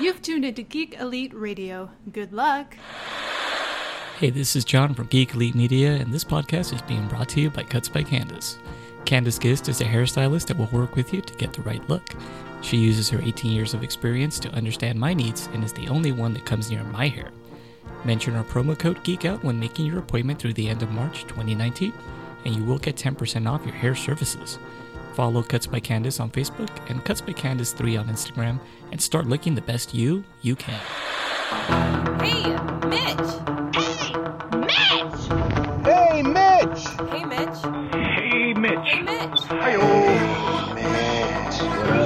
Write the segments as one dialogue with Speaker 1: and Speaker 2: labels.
Speaker 1: You've tuned into Geek Elite Radio. Good luck.
Speaker 2: Hey, this is John from Geek Elite Media, and this podcast is being brought to you by Cuts by Candace. Candace Gist is a hairstylist that will work with you to get the right look. She uses her 18 years of experience to understand my needs and is the only one that comes near my hair. Mention our promo code GEEKOUT when making your appointment through the end of March 2019, and you will get 10% off your hair services. Follow Cuts by Candace on Facebook and Cuts by Candace 3 on Instagram and start looking the best you you can.
Speaker 3: Hey, Mitch.
Speaker 4: Hey, Mitch!
Speaker 3: Hey, Mitch.
Speaker 5: Hey, Mitch.
Speaker 3: Hey,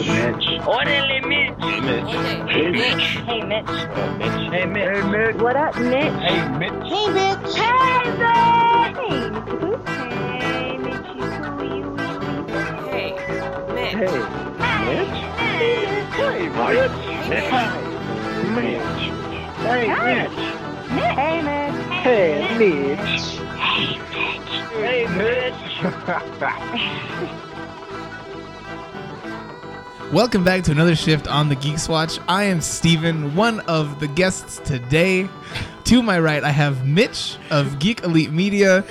Speaker 3: Mitch.
Speaker 6: Orderly Mitch.
Speaker 3: Hey, Mitch.
Speaker 6: Hey, Mitch.
Speaker 5: Hey, Mitch. Hey, Mitch.
Speaker 6: What up, Mitch?
Speaker 5: Hey, Mitch.
Speaker 6: Hey, Mitch. Hey, Mitch. Hey, Mitch. Hey, Mitch. You
Speaker 3: Hey, Mitch.
Speaker 5: Hey, Mitch. Mitch. Hey, Mitch.
Speaker 6: Hey, Mitch.
Speaker 5: Hey, Mitch. Hey, Mitch.
Speaker 7: Welcome back to another shift on the Geeks Watch. I am Steven, one of the guests today. To my right, I have Mitch of Geek Elite Media.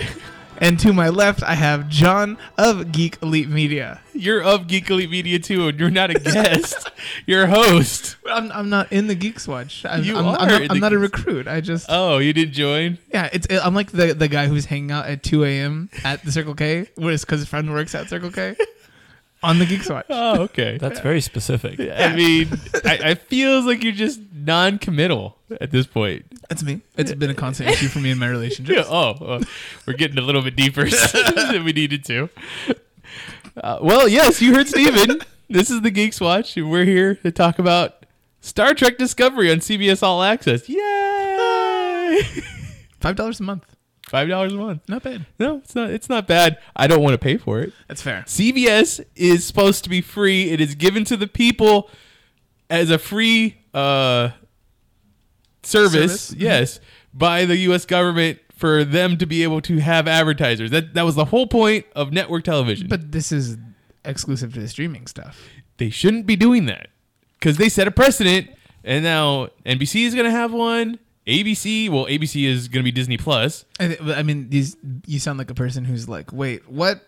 Speaker 7: And to my left, I have John of Geek Elite Media.
Speaker 8: You're of Geek Elite Media too, and you're not a guest. you're a host.
Speaker 7: I'm, I'm not in the Geeks Watch. I'm,
Speaker 8: You
Speaker 7: I'm, I'm
Speaker 8: are
Speaker 7: not,
Speaker 8: in
Speaker 7: I'm
Speaker 8: the
Speaker 7: not a
Speaker 8: Geeks-
Speaker 7: recruit. I just,
Speaker 8: Oh, you didn't join?
Speaker 7: yeah, it's, I'm like the, the guy who's hanging out at 2 a.m. at the Circle K, where it's because his friend works at Circle K on the Geeks Watch.
Speaker 8: Oh, okay.
Speaker 9: That's very specific.
Speaker 8: I mean, I, I feels like you're just non-committal at this point.
Speaker 7: That's me. It's been a constant issue for me in my relationship.
Speaker 8: Yeah, oh, well, we're getting a little bit deeper than we needed to. Uh, well, yes, you heard Steven. this is the Geeks Watch, and we're here to talk about Star Trek Discovery on CBS All Access. Yay!
Speaker 7: $5 a month.
Speaker 8: Five dollars a month.
Speaker 7: Not bad.
Speaker 8: No, it's not. It's not bad. I don't want to pay for it.
Speaker 7: That's fair.
Speaker 8: CBS is supposed to be free. It is given to the people as a free uh, service,
Speaker 7: Service? Mm-hmm.
Speaker 8: Yes, by the U.S. government for them to be able to have advertisers. That that was the whole point of network television.
Speaker 7: But this is exclusive to the streaming stuff.
Speaker 8: they shouldn't be doing that because they set a precedent, and now NBC is going to have one. ABC, well, ABC is going to be Disney Plus.
Speaker 7: I, th- I mean, these you sound like a person who's like, wait, what?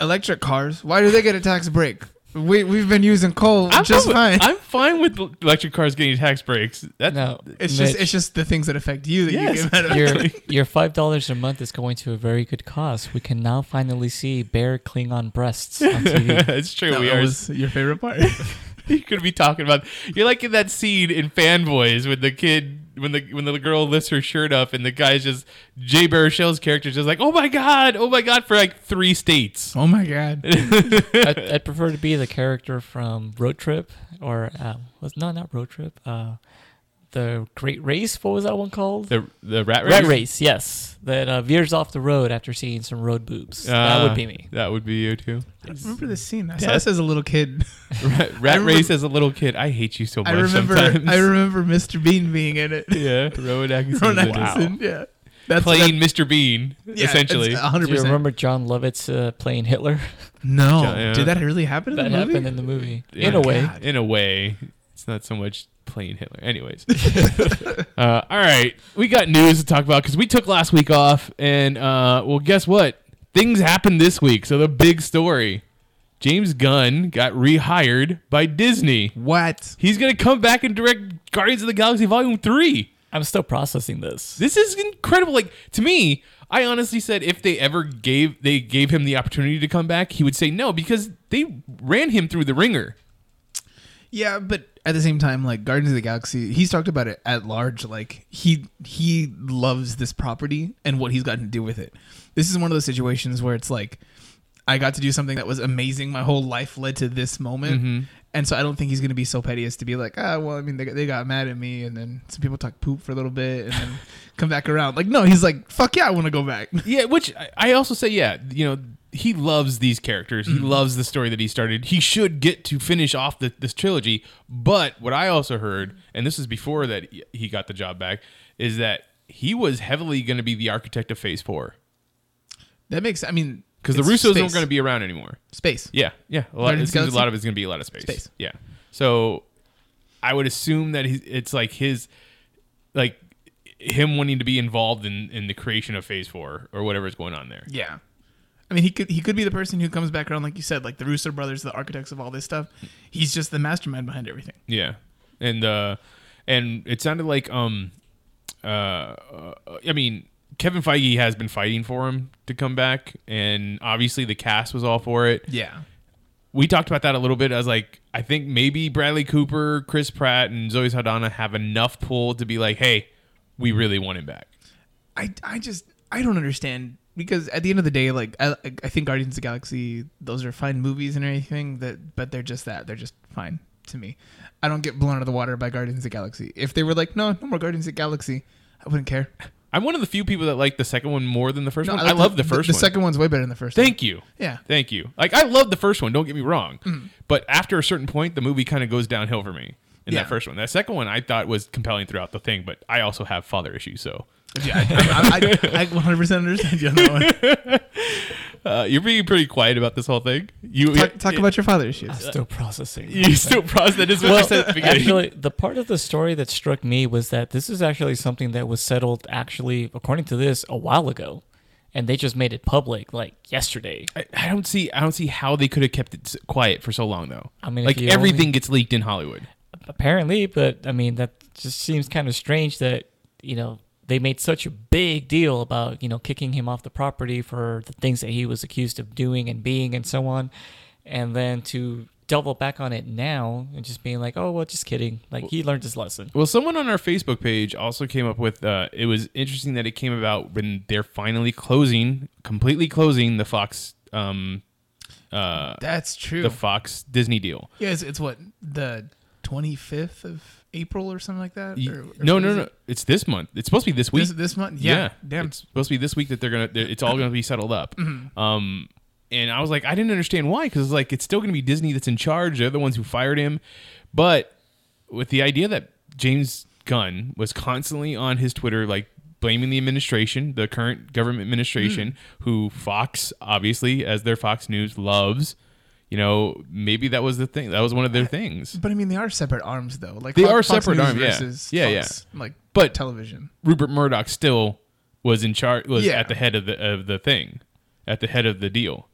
Speaker 7: Electric cars? Why do they get a tax break? We we've been using coal just
Speaker 8: fine.
Speaker 7: fine.
Speaker 8: With, I'm fine with electric cars getting tax breaks. That,
Speaker 9: No,
Speaker 7: it's
Speaker 9: Mitch,
Speaker 7: just it's just the things that affect you that
Speaker 8: Yes.
Speaker 7: you get mad at.
Speaker 9: your your five dollars a month is going to a very good cause. We can now finally see bare Klingon breasts on TV.
Speaker 8: It's true.
Speaker 7: That
Speaker 8: we are.
Speaker 7: was your favorite part.
Speaker 8: you could be talking about. You're like in that scene in Fanboys with the kid when the when the girl lifts her shirt up and the guy's just Jay Baruchel's character just like, oh my god, oh my god, for like three states.
Speaker 7: oh my god!
Speaker 9: I'd, I'd prefer to be the character from Road Trip or uh, was no, not Road Trip. Uh, the Great Race. What was that one called?
Speaker 8: The the rat race.
Speaker 9: Rat Race. Yes, that uh, veers off the road after seeing some road boobs. that
Speaker 8: Uh,
Speaker 9: would be me.
Speaker 8: That would be you too.
Speaker 7: Remember this scene? I saw this as a little kid.
Speaker 8: Rat, rat
Speaker 7: remember-
Speaker 8: race as a little kid. I hate you so much.
Speaker 7: I remember.
Speaker 8: Sometimes.
Speaker 7: I remember Mr. Bean being in it.
Speaker 8: yeah, Rowan
Speaker 7: Ron
Speaker 8: Atkinson. was in it.
Speaker 7: Atkinson, Yeah, that's what
Speaker 8: Playing Mr. Bean,
Speaker 7: that- yeah,
Speaker 8: essentially.
Speaker 7: it's uh, 100%.
Speaker 9: Do you remember John Lovitz uh, playing Hitler?
Speaker 7: No,
Speaker 8: Yeah.
Speaker 7: did that really happen in
Speaker 9: that
Speaker 7: the movie?
Speaker 9: happened in the movie.
Speaker 8: Yeah.
Speaker 9: In a way,
Speaker 8: In a way, it's not so much playing Hitler. Anyways, uh, all right, we got news to talk about because we took last week off, and uh, well, guess what? Things happened this week. So the big story: James Gunn got rehired by Disney.
Speaker 7: What?
Speaker 8: He's gonna come back and direct Guardians of the Galaxy Volume Three.
Speaker 9: I'm still processing this.
Speaker 8: This is incredible. Like to me, I honestly said if they ever gave they gave him the opportunity to come back, he would say no because they ran him through the ringer.
Speaker 7: Yeah, but at the same time, like Guardians of the Galaxy, he's talked about it at large. Like he he loves this property and what he's gotten to do with it. This is one of those situations where it's like I got to do something that was amazing. My whole life led to this moment.
Speaker 8: Mm-hmm.
Speaker 7: And so I don't think he's going to be so petty as to be like, ah, well, I mean, they, they got mad at me, and then some people talk poop for a little bit, and then come back around. Like, no, he's like, fuck yeah, I want to go back.
Speaker 8: Yeah, which I- I also say, yeah, you know, he loves these characters.
Speaker 7: Mm-hmm.
Speaker 8: He loves the story that he started. He should get to finish off the, this trilogy. But what I also heard, and this is before that he- he got the job back, is that he was heavily going to be the architect of Phase Four
Speaker 7: That makes. I mean,
Speaker 8: because the
Speaker 7: it's
Speaker 8: Russos
Speaker 7: space.
Speaker 8: aren't going to be around anymore.
Speaker 7: space.
Speaker 8: Yeah, yeah. A lot, it
Speaker 7: Guardians of
Speaker 8: seems
Speaker 7: the
Speaker 8: a lot of it's going to be a lot of space.
Speaker 7: Space.
Speaker 8: Yeah. So I would assume that he, it's like his, like him wanting to be involved in in the creation of Phase Four or whatever's going on there.
Speaker 7: Yeah. I mean, he could he could be the person who comes back around, like you said, like the Russo brothers, the architects of all this stuff. He's just the mastermind behind everything.
Speaker 8: Yeah, and uh, and it sounded like um, uh, uh, I mean Kevin Feige has been fighting for him to come back, and obviously the cast was all for it.
Speaker 7: Yeah.
Speaker 8: we talked about that a little bit. I was like, I think maybe Bradley Cooper, Chris Pratt, and Zoe Saldana have enough pull to be like, hey, we really want him back.
Speaker 7: I, I just I don't understand because at the end of the day, like I, I think Guardians of the Galaxy, those are fine movies and everything that, but they're just that they're just fine to me. I don't get blown out of the water by Guardians of the Galaxy. If they were like, no, no more Guardians of the Galaxy, I wouldn't care.
Speaker 8: I'm one of the few people that like the second one more than the first
Speaker 7: No,
Speaker 8: one. I,
Speaker 7: like
Speaker 8: love the, first
Speaker 7: The,
Speaker 8: one.
Speaker 7: second one's way better than the first.
Speaker 8: Thank you.
Speaker 7: Yeah.
Speaker 8: Thank you. Like I love the first one, don't get me wrong. But after a certain point, the movie kind of goes downhill for me in
Speaker 7: Yeah.
Speaker 8: that first one. That second one I thought was compelling throughout the thing, but I also have father issues, so
Speaker 7: one. Yeah, I, I, I, I 100% understand you on that one.
Speaker 8: uh, you're being pretty quiet about this whole thing. You
Speaker 7: Talk, talk about your father issues.
Speaker 9: Still processing.
Speaker 8: you still process that is what I
Speaker 9: well,
Speaker 8: said at the beginning.
Speaker 9: actually, the part of the story that struck me was that this is actually something that was settled, actually, according to this, a while ago, and they just made it public like yesterday.
Speaker 8: I, I don't see I don't see how they could have kept it s- quiet for so long though.
Speaker 9: I mean, if
Speaker 8: like
Speaker 9: you
Speaker 8: everything
Speaker 9: only-
Speaker 8: gets leaked in Hollywood.
Speaker 9: Apparently, but I mean, that just seems kind of strange that you know they made such a big deal about you know kicking him off the property for the things that he was accused of doing and being and so on, and then to double back on it now and just being like, oh well, just kidding. Like he learned his lesson.
Speaker 8: Well, someone on our Facebook page also came up with uh, it was interesting that it came about when they're finally closing, completely closing the Fox, um, uh,
Speaker 7: That's true.
Speaker 8: the Fox Disney deal.
Speaker 7: Yeah, it's, it's what the twenty fifth of April or something like that.
Speaker 8: Y-
Speaker 7: Or- or
Speaker 8: no,
Speaker 7: what
Speaker 8: no,
Speaker 7: is
Speaker 8: no.
Speaker 7: it?
Speaker 8: It's this month. It's supposed to be this week.
Speaker 7: This, this month, yeah, damn. Mm-hmm.
Speaker 8: It's supposed to be this week that they're gonna. They're, it's all gonna be settled up. Um, and I was like, I didn't understand why, because like it's still gonna be Disney that's in charge. They're the ones who fired him, but with the idea that James Gunn was constantly on his Twitter, like blaming the administration, the current government administration,
Speaker 7: Mm.
Speaker 8: who Fox obviously, as their Fox News loves. You know, maybe that was the thing. That was one of their things.
Speaker 7: But I mean, they are separate arms, though. Like
Speaker 8: They
Speaker 7: Fo-
Speaker 8: are
Speaker 7: Fox
Speaker 8: separate
Speaker 7: News
Speaker 8: arm, yeah.
Speaker 7: versus
Speaker 8: Yeah,
Speaker 7: Fox, Like,
Speaker 8: But-
Speaker 7: television.
Speaker 8: Rupert Murdoch still was in charge was
Speaker 7: Yeah.
Speaker 8: at the head of the of the thing, at the head of the deal.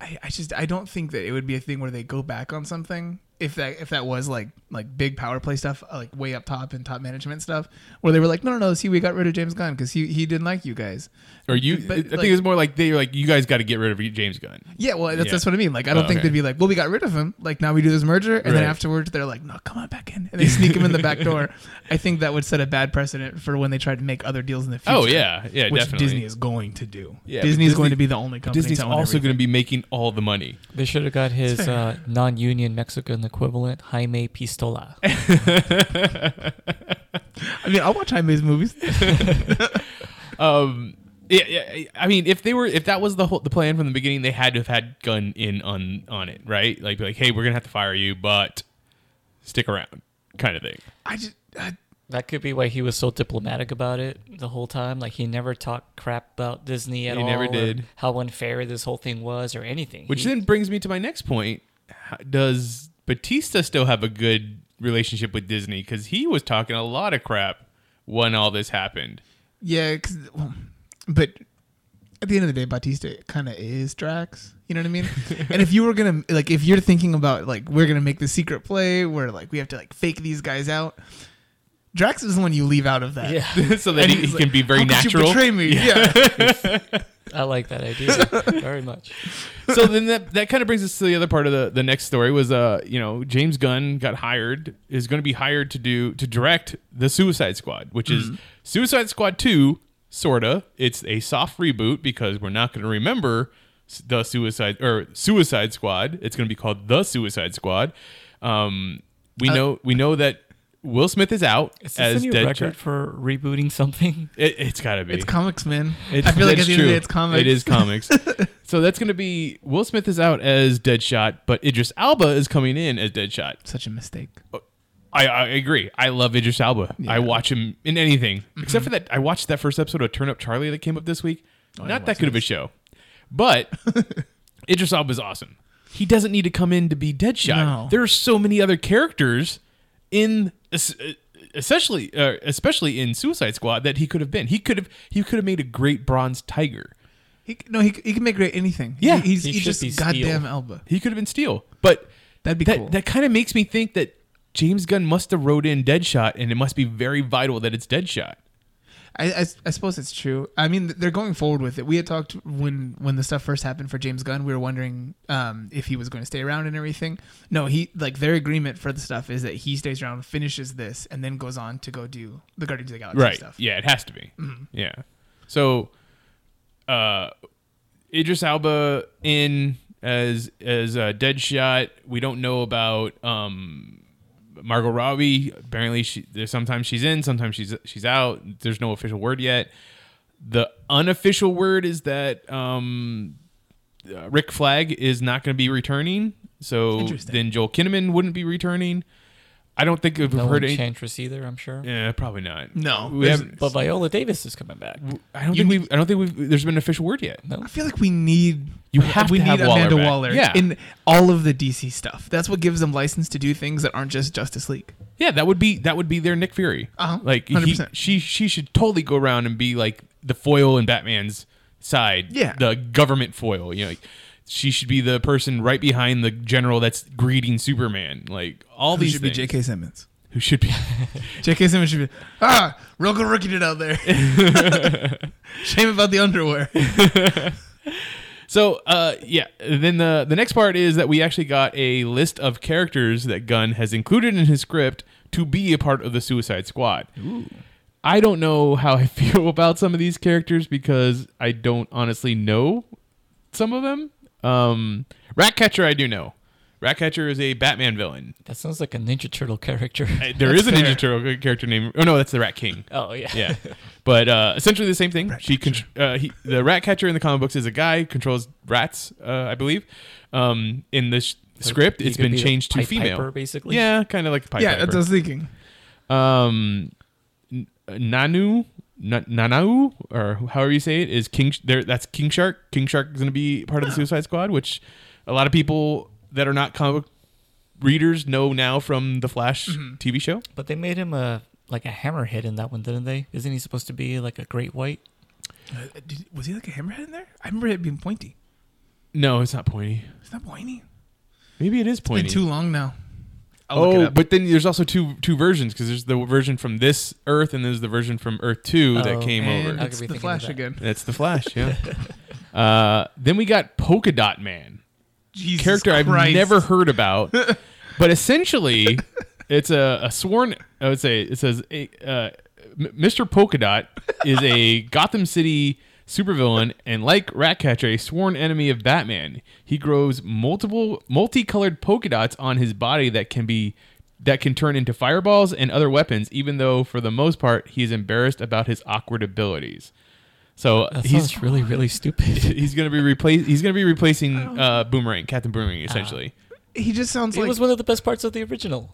Speaker 7: I, I just I don't think that it would be a thing where they go back on something if that if that was like like big power play stuff uh, like way up top and top management stuff where they were like no no no see we got rid of James Gunn because he he didn't like you guys
Speaker 8: Or you
Speaker 7: But,
Speaker 8: I
Speaker 7: like-
Speaker 8: think it's more like they're like you guys got to get rid of E-, James Gunn.
Speaker 7: yeah well that's,
Speaker 8: Yeah.
Speaker 7: that's what I mean like I don't
Speaker 8: Oh,
Speaker 7: think
Speaker 8: okay.
Speaker 7: they'd be like well we got rid of him like now we do this merger and then
Speaker 8: Right.
Speaker 7: afterwards they're like no come on back in and they sneak him in the back door I think that would set a bad precedent for when they try to make other deals in the future
Speaker 8: Oh yeah, yeah,
Speaker 7: which
Speaker 8: definitely.
Speaker 7: Disney is going to do
Speaker 8: Yeah, but
Speaker 7: Disney is going
Speaker 8: Disney-
Speaker 7: to be the only company
Speaker 8: Disney's
Speaker 7: to own
Speaker 8: also
Speaker 7: everything.
Speaker 8: going to be making all the money.
Speaker 9: They should have got his uh, non-union Mexican equivalent, Jaime Pistola.
Speaker 7: I mean I'll watch Jaime's movies
Speaker 8: Um, yeah, yeah, I mean, if they were, if that was the whole the plan from the beginning, they had to have had Gunn in on on it, right? Like, be like, hey, we're gonna have to fire you, but stick around, kind of thing.
Speaker 7: I just I,
Speaker 9: that could be why he was so diplomatic about it the whole time. Like he never talked crap about Disney at
Speaker 8: He
Speaker 9: all.
Speaker 8: never
Speaker 9: or
Speaker 8: did.
Speaker 9: How unfair this whole thing was, or anything.
Speaker 8: Which
Speaker 9: He-
Speaker 8: then brings me to my next point. How- Does Batista still have a good relationship with Disney? Because he was talking a lot of crap when all this happened.
Speaker 7: Yeah, 'cause- well, but at the end of the day, Batista kind of is Drax. You know what I mean? and if you were gonna like, if you're thinking about like, we're gonna make the secret play where like we have to like fake these guys out. Drax is the one you leave out of that.
Speaker 9: yeah,
Speaker 8: so that he,
Speaker 7: he's
Speaker 8: he
Speaker 7: like,
Speaker 8: can be very
Speaker 7: How could
Speaker 8: natural.
Speaker 7: You betray me. Yeah.
Speaker 9: I like that idea very much.
Speaker 8: so then that, that kind of brings us to the other part of the, the next story was uh you know James Gunn got hired is going to be hired to do to direct the Suicide Squad which
Speaker 9: Mm-hmm.
Speaker 8: is Suicide Squad 2 sorta it's a soft reboot because we're not going to remember s- the Suicide or Suicide Squad it's going to be called the Suicide Squad um we know we know that Will Smith is out
Speaker 9: Uh, Is this
Speaker 8: as
Speaker 9: a new
Speaker 8: Deadshot.
Speaker 9: record for rebooting something?
Speaker 8: It, it's got to be
Speaker 7: it's comics, man. I feel like at
Speaker 8: that's
Speaker 7: the end of the day, it's comics.
Speaker 8: It is comics. so that's going to be Will Smith is out as Deadshot, but Idris Alba is coming in as Deadshot.
Speaker 7: such a mistake.
Speaker 8: I, I agree. I love Idris Alba. I watch him in anything except for that. I watched that first episode of Turn Up Charlie that came up this week. Not that good of a show, but Idris Alba is awesome. He doesn't need to come in to be Deadshot.
Speaker 7: No.
Speaker 8: There are so many other characters in es- especially uh, especially in Suicide Squad that he could have been. He could have he could have made a great Bronze Tiger.
Speaker 7: He, c- no, he, c- he can make great anything.
Speaker 8: Yeah.
Speaker 7: he, he's,
Speaker 2: He
Speaker 7: he
Speaker 2: should
Speaker 7: just
Speaker 2: be Steel.
Speaker 7: goddamn Elba.
Speaker 8: He could have been Steel, but
Speaker 7: That'd be
Speaker 8: that
Speaker 7: cool.
Speaker 8: that kind of makes me think that James Gunn must have wrote in Deadshot, and it must be very vital that it's Deadshot.
Speaker 7: I, I, I suppose it's true. I mean, th- they're going forward with it. We had talked when when the stuff first happened for James Gunn. We were wondering um, if he was going to stay around and everything. No, he like their agreement for the stuff is that he stays around, finishes this, and then goes on to go do the Guardians of the Galaxy stuff. Mm-hmm.
Speaker 8: Yeah, it has to be. Yeah. So, uh, Idris Alba in as as uh, Deadshot. We don't know about um, Margot Robbie. Apparently, she there's sometimes she's in, sometimes she's she's out. There's no official word yet. The unofficial word is that um, uh, Rick Flag is not going to be returning. So
Speaker 7: Interesting.
Speaker 8: then Joel Kinnaman wouldn't be returning. I don't think we've
Speaker 9: No
Speaker 8: heard any.
Speaker 9: Enchantress either, I'm sure.
Speaker 8: Yeah, probably not.
Speaker 7: No,
Speaker 8: we
Speaker 7: there's-
Speaker 8: haven't.
Speaker 9: But Viola Davis is coming back.
Speaker 8: I
Speaker 7: You
Speaker 8: don't think
Speaker 7: need-
Speaker 8: we've. I don't think we've. There's been an official word yet.
Speaker 7: I feel like we need
Speaker 8: You have
Speaker 7: we
Speaker 8: to
Speaker 7: need
Speaker 8: have Waller
Speaker 7: Amanda
Speaker 8: back.
Speaker 7: Waller
Speaker 8: Yeah.
Speaker 7: in all of the DC stuff. That's what gives them license to do things that aren't just Justice League.
Speaker 8: Yeah, that would be that would be their Nick Fury.
Speaker 7: Uh-huh.
Speaker 8: Like he,
Speaker 7: 100%.
Speaker 8: she she should totally go around and be like the foil in Batman's side.
Speaker 7: Yeah.
Speaker 8: the government foil. You know, like, she should be the person right behind the general that's greeting Superman. Like all
Speaker 7: Who
Speaker 8: these
Speaker 7: should
Speaker 8: things.
Speaker 7: be J.K. Simmons?
Speaker 8: Who should be?
Speaker 7: J.K. Simmons should be ah real good rookie did out there. Shame about the underwear.
Speaker 8: So uh, yeah, then the the next part is that we actually got a list of characters that Gunn has included in his script to be a part of the Suicide Squad. I don't know how I feel about some of these characters because I don't honestly know some of them. Um, Ratcatcher, I do know. Ratcatcher is a Batman villain.
Speaker 9: That sounds like a Ninja Turtle character.
Speaker 8: Uh, There is a Ninja Turtle character named. Oh no, that's the Rat King.
Speaker 9: oh yeah.
Speaker 8: Yeah, but uh, essentially the same thing. she con- uh, he, the rat catcher in the comic books is a guy controls rats, uh, I believe. Um, in the sh- script,
Speaker 9: he
Speaker 8: it's
Speaker 9: could
Speaker 8: been
Speaker 9: be the
Speaker 8: changed to
Speaker 9: Pied
Speaker 8: female,
Speaker 9: Piper, basically?
Speaker 8: Yeah, kind of like Pied
Speaker 7: yeah,
Speaker 8: Piper.
Speaker 7: that's what I was thinking.
Speaker 8: Um, N- Nanu, N- Nanau, or however you say it, is King. Sh- There, that's King Shark. King Shark is going to be part of the Suicide Squad, which a lot of people that are not comic book readers know now from the Flash
Speaker 7: Mm-hmm.
Speaker 8: TV show.
Speaker 9: But they made him a like a hammerhead in that one, didn't they? Isn't he supposed to be like a great white?
Speaker 7: Uh, did- was he like a hammerhead in there? I remember it being pointy.
Speaker 8: No, it's not pointy.
Speaker 7: It's not pointy.
Speaker 8: Maybe it is pointy.
Speaker 7: Been too long now. I'll look it
Speaker 8: Oh,
Speaker 7: up.
Speaker 8: but then there's also two two versions because there's the version from this Earth and there's the version from Earth Two that
Speaker 9: Oh.
Speaker 8: came
Speaker 7: And
Speaker 8: over.
Speaker 9: I could
Speaker 7: it's
Speaker 9: be thinking
Speaker 7: the
Speaker 9: of
Speaker 7: Flash
Speaker 9: that.
Speaker 7: again.
Speaker 8: That's the Flash. Yeah. uh, then we got Polka Dot Man,
Speaker 7: Jesus
Speaker 8: character I've
Speaker 7: Christ.
Speaker 8: never heard about, but essentially it's a, a sworn. I would say it says a, uh, M- Mr. Polka Dot is a Gotham City supervillain and like Ratcatcher, a sworn enemy of Batman. He grows multiple multicolored polka dots on his body that can be that can turn into fireballs and other weapons, even though for the most part he is embarrassed about his awkward abilities. So
Speaker 9: That
Speaker 8: he's
Speaker 9: sounds really really stupid.
Speaker 8: he's gonna be replace. He's gonna be replacing uh, Boomerang, Captain
Speaker 7: Ah.
Speaker 8: Boomerang, essentially.
Speaker 7: He just sounds
Speaker 9: it
Speaker 7: like
Speaker 9: was one of the best parts of the original.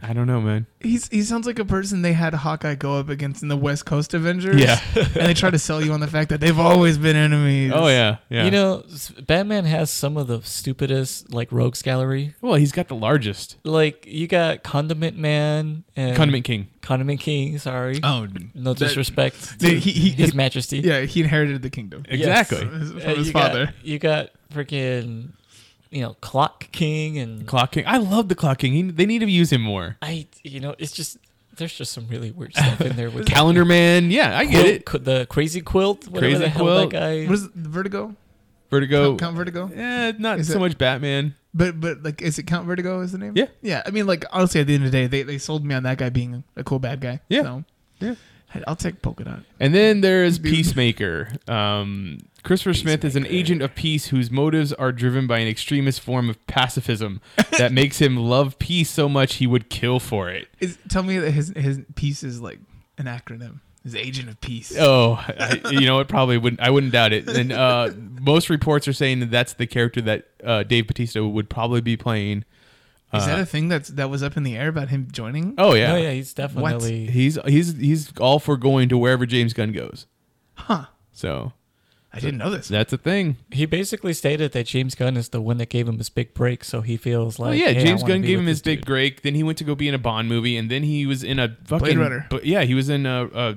Speaker 8: I don't know, man.
Speaker 7: he's he sounds like a person they had Hawkeye go up against in the West Coast Avengers.
Speaker 8: Yeah.
Speaker 7: and they try to sell you on the fact that they've always been enemies.
Speaker 8: Oh yeah, yeah.
Speaker 9: You know, s- Batman has some of the stupidest like rogues gallery.
Speaker 8: well, he's got the largest
Speaker 9: Like you got Condiment Man and
Speaker 8: condiment king.
Speaker 9: Condiment King. Sorry,
Speaker 7: Oh,
Speaker 9: no
Speaker 7: that-
Speaker 9: disrespect
Speaker 7: Dude,
Speaker 9: to
Speaker 7: he- he-
Speaker 9: His
Speaker 7: he-
Speaker 9: Majesty.
Speaker 7: Yeah, he inherited the kingdom
Speaker 8: Exactly.
Speaker 7: from his, from
Speaker 9: Uh,
Speaker 7: his
Speaker 9: you
Speaker 7: father.
Speaker 9: Got, you got freaking, you know, Clock King and
Speaker 8: Clock King. I love the Clock King. He, they need to use him more.
Speaker 9: I. You know, it's just there's just some really weird stuff in there with
Speaker 8: Calendar Man. Yeah, I get
Speaker 9: Quilt,
Speaker 8: it.
Speaker 9: qu- the crazy quilt, whatever
Speaker 8: Crazy
Speaker 9: the hell
Speaker 8: quilt.
Speaker 9: that guy.
Speaker 7: What is it, Vertigo?
Speaker 8: Vertigo.
Speaker 7: Count, Count Vertigo?
Speaker 8: Eh, not
Speaker 7: Is
Speaker 8: so
Speaker 7: it-
Speaker 8: much Batman.
Speaker 7: But but like, is it Count Vertigo? Is the name?
Speaker 8: Yeah.
Speaker 7: yeah. I mean, like, honestly, at the end of the day, they, they sold me on that guy being a cool bad guy.
Speaker 8: Yeah.
Speaker 7: so.
Speaker 8: Yeah.
Speaker 7: Hey, I'll take polka dot.
Speaker 8: And then there's
Speaker 7: Dude.
Speaker 8: Peacemaker. Um, Christopher Smith is an agent of peace whose motives are driven by an extremist form of pacifism that makes him love peace so much he would kill for it.
Speaker 7: Is tell me that his his piece is like an acronym. His agent of peace.
Speaker 8: Oh, I, you know, it probably wouldn't. I wouldn't doubt it. And uh, most reports are saying that that's the character that uh, Dave Batista would probably be playing.
Speaker 7: is
Speaker 8: Uh-huh.
Speaker 7: that a thing that's that was up in the air about him joining?
Speaker 8: Oh
Speaker 9: Oh
Speaker 8: yeah,
Speaker 9: yeah, he's definitely
Speaker 8: He's he's he's all for going to wherever James Gunn goes.
Speaker 7: Huh.
Speaker 8: So,
Speaker 7: I didn't know this.
Speaker 8: That's a thing.
Speaker 9: He basically stated that James Gunn is the one that gave him his big break, so he feels like.
Speaker 8: Well, Oh, yeah,
Speaker 9: "Hey, I
Speaker 8: James
Speaker 9: wanna
Speaker 8: Gunn
Speaker 9: be
Speaker 8: gave
Speaker 9: with
Speaker 8: him
Speaker 9: this
Speaker 8: his big
Speaker 9: dude."
Speaker 8: break. Then he went to go be in a Bond movie, and then he was in a fucking.
Speaker 7: Runner.
Speaker 8: But yeah, he was in a, a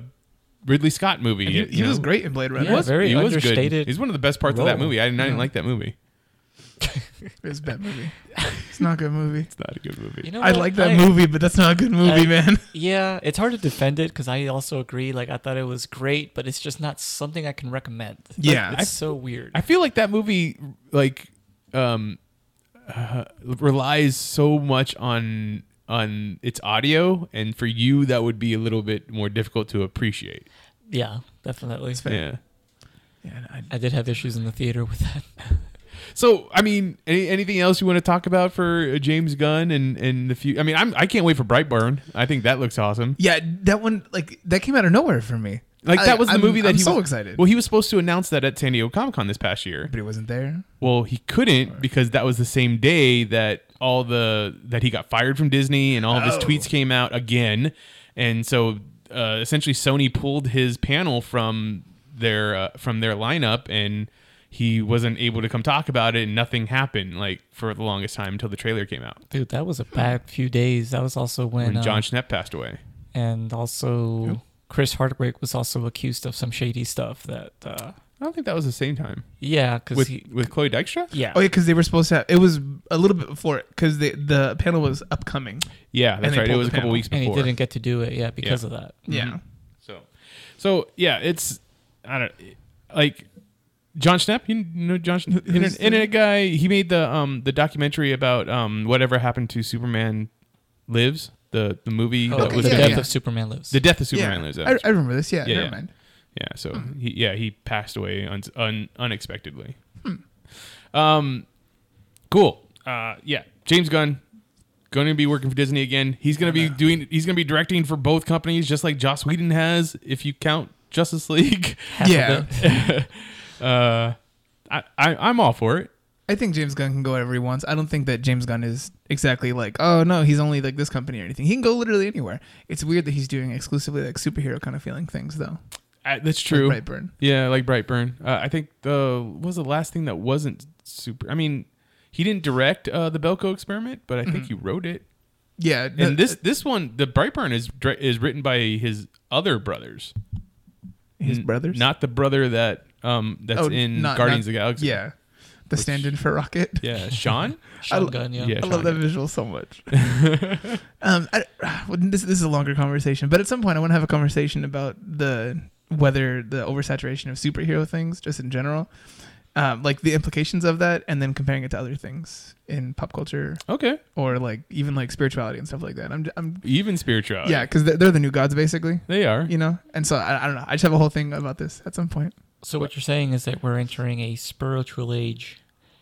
Speaker 8: Ridley Scott movie.
Speaker 7: He,
Speaker 8: you
Speaker 7: he was
Speaker 8: know?
Speaker 7: great in Blade Runner.
Speaker 9: Yeah. very
Speaker 8: he was good.
Speaker 9: understated
Speaker 8: He's one of the best parts of that
Speaker 9: role.
Speaker 8: movie. I didn't, I didn't like that movie.
Speaker 7: It was a bad movie. It's not a good movie.
Speaker 8: It's not a good movie.
Speaker 9: You know
Speaker 7: I
Speaker 9: what?
Speaker 7: like that
Speaker 9: I-
Speaker 7: movie, but that's not a good movie,
Speaker 9: I-
Speaker 7: man.
Speaker 9: Yeah, it's hard to defend it because I also agree. Like, I thought it was great, but it's just not something I can recommend. Like,
Speaker 7: Yeah,
Speaker 9: it's
Speaker 7: I-
Speaker 9: so weird.
Speaker 8: I feel like that movie like um uh, relies so much on on its audio and for you that would be a little bit more difficult to appreciate.
Speaker 9: yeah, definitely.
Speaker 8: Yeah.
Speaker 7: Yeah, I-
Speaker 9: I did have issues in the theater with that.
Speaker 8: So, I mean, any, anything else you want to talk about for uh, James Gunn and and the few I mean, I'm I can't wait for Brightburn. I think that looks awesome.
Speaker 7: yeah, that one like that came out of nowhere for me.
Speaker 8: Like
Speaker 7: I-
Speaker 8: that was the
Speaker 7: I'm-
Speaker 8: movie that
Speaker 7: I'm
Speaker 8: he
Speaker 7: so
Speaker 8: was,
Speaker 7: excited.
Speaker 8: Well, he was supposed to announce that at San Diego Comic Con this past year.
Speaker 7: but he wasn't there.
Speaker 8: Well, he couldn't because that was the same day that all the that he got fired from Disney and all of his
Speaker 7: Oh.
Speaker 8: tweets came out again, and so uh, essentially Sony pulled his panel from their uh, from their lineup and. He wasn't able to come talk about it, and nothing happened like for the longest time until the trailer came out.
Speaker 9: Dude, that was a bad few days. That was also when,
Speaker 8: When
Speaker 9: uh,
Speaker 8: John Schnepp passed away,
Speaker 9: and also Chris Hardwick was also accused of some shady stuff. That uh,
Speaker 8: I don't think that was the same time
Speaker 9: yeah, because
Speaker 8: with
Speaker 9: he
Speaker 8: with Chloe Dykstra.
Speaker 9: yeah
Speaker 7: Oh yeah, because they were supposed to. have... It was a little bit before it because the the panel was upcoming.
Speaker 8: Yeah, that's
Speaker 7: they
Speaker 8: right. It
Speaker 7: pulled
Speaker 8: was
Speaker 7: the
Speaker 8: a couple
Speaker 7: panel.
Speaker 8: weeks
Speaker 9: and
Speaker 8: before.
Speaker 9: he didn't get to do it. Yeah, because
Speaker 8: Yeah.
Speaker 9: of that.
Speaker 7: Yeah,
Speaker 8: So, so yeah, it's I don't like John Schnapp. You know John Schnapp, internet, internet guy. He made the um the documentary about um whatever happened to Superman Lives the the movie that
Speaker 9: Oh,
Speaker 8: was
Speaker 9: the
Speaker 7: yeah,
Speaker 9: death
Speaker 7: yeah.
Speaker 9: of Superman lives.
Speaker 8: the death of Superman
Speaker 7: yeah.
Speaker 8: Lives.
Speaker 7: I,
Speaker 8: actually.
Speaker 7: I remember this. Yeah,
Speaker 8: Yeah,
Speaker 7: never
Speaker 8: yeah.
Speaker 7: mind. Hmm.
Speaker 8: yeah, so he yeah he passed away un, un, unexpectedly.
Speaker 7: Hmm.
Speaker 8: Um, cool. Uh, yeah, James Gunn. Going to be working for Disney again. He's going to be doing. He's going to be directing for both companies, just like Joss Whedon has, if you count Justice League.
Speaker 9: Half of
Speaker 7: Yeah.
Speaker 9: it.
Speaker 8: uh, I, I I'm all for it.
Speaker 7: I think James Gunn can go wherever he wants. I don't think that James Gunn is exactly like, oh no, he's only like this company or anything. He can go literally anywhere. It's weird that he's doing exclusively like superhero kind of feeling things though.
Speaker 8: Uh, that's true.
Speaker 7: Like Brightburn.
Speaker 8: Yeah, like Brightburn. Uh, I think the what was the last thing that wasn't super. I mean, he didn't direct uh, the Belko experiment, but I
Speaker 7: Mm-hmm.
Speaker 8: think he wrote it.
Speaker 7: Yeah,
Speaker 8: And
Speaker 7: the- uh,
Speaker 8: this this one, the Brightburn is dr- is written by his other brothers,
Speaker 7: uh, his
Speaker 8: N-
Speaker 7: brothers. Oh,
Speaker 8: not the brother that um that's in
Speaker 7: not-
Speaker 8: Guardians
Speaker 7: not-
Speaker 8: of the Galaxy.
Speaker 7: Yeah, the stand-in for Rocket.
Speaker 8: yeah, Sean.
Speaker 9: Sean
Speaker 7: I-
Speaker 9: Gunn, yeah.
Speaker 8: yeah,
Speaker 7: I
Speaker 8: Sean
Speaker 7: love that visual so much. um, I, well, this this is a longer conversation, but at some point I want to have a conversation about the whether the oversaturation of superhero things, just in general, um, like the implications of that, and then comparing it to other things in pop culture
Speaker 8: Okay,
Speaker 7: or like even like spirituality and stuff like that. I'm, j- I'm
Speaker 8: even spirituality.
Speaker 7: yeah, because they're the new gods basically,
Speaker 8: they are.
Speaker 7: you know. And so I, I don't know. I just have a whole thing about this at some point.
Speaker 9: So what you're saying is that we're entering a spiritual age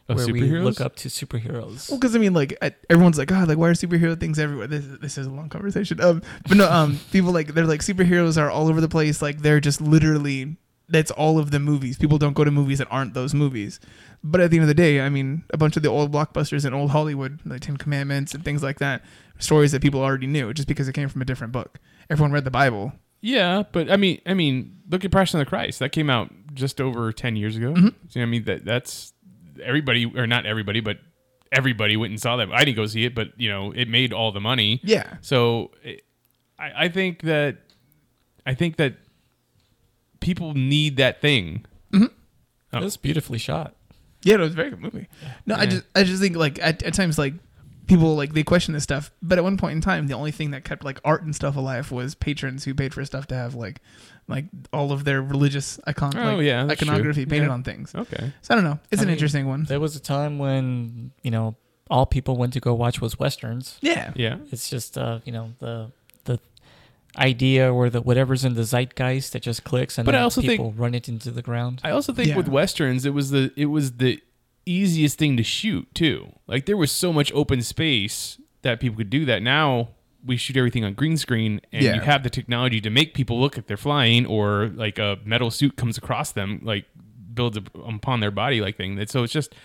Speaker 8: Of
Speaker 9: where we
Speaker 8: superheroes?
Speaker 9: look up to superheroes.
Speaker 7: Well, because I mean, like I, everyone's like, God, like why are superhero things everywhere? This this is a long conversation. Um, but no, um, people like they're like superheroes are all over the place. Like they're just literally that's all of the movies. People don't go to movies that aren't those movies. But at the end of the day, I mean, a bunch of the old blockbusters in old Hollywood, like Ten Commandments and things like that, stories that people already knew just because it came from a different book. Everyone read the Bible.
Speaker 8: Yeah, but I mean, I mean, look at Passion of the Christ. That came out just over ten years ago. You know
Speaker 7: Mm-hmm.
Speaker 8: what I mean, that that's everybody, or not everybody, but everybody went and saw that. I didn't go see it, but you know, it made all the money.
Speaker 7: Yeah.
Speaker 8: So, it, I, I think that I think that people need that thing.
Speaker 9: It was beautifully shot.
Speaker 7: Yeah, no, it was a very good movie. No, I just I just think like at, at times like people like they question this stuff, but at one point in time, the only thing that kept like art and stuff alive was patrons who paid for stuff to have like like all of their religious icon
Speaker 8: Oh,
Speaker 7: like,
Speaker 8: yeah, that's
Speaker 7: iconography
Speaker 8: true.
Speaker 7: painted
Speaker 8: Yeah. Oh.
Speaker 7: on things.
Speaker 8: Okay.
Speaker 7: So I don't know. It's
Speaker 9: I
Speaker 7: an
Speaker 9: mean,
Speaker 7: interesting one.
Speaker 9: There was a time when, you know, all people went to go watch was westerns.
Speaker 7: Yeah.
Speaker 8: Yeah.
Speaker 9: It's just uh, you know, the the idea or the whatever's in the zeitgeist that just clicks and
Speaker 8: But I
Speaker 9: then
Speaker 8: also think-
Speaker 9: people run it into the ground.
Speaker 8: I also think
Speaker 7: Yeah.
Speaker 8: with westerns, it was the it was the easiest thing to shoot too. Like there was so much open space that people could do that. Now we shoot everything on green screen, and
Speaker 7: Yeah.
Speaker 8: you have the technology to make people look like they're flying, or like a metal suit comes across them, like builds up upon their body, like thing. That so it's just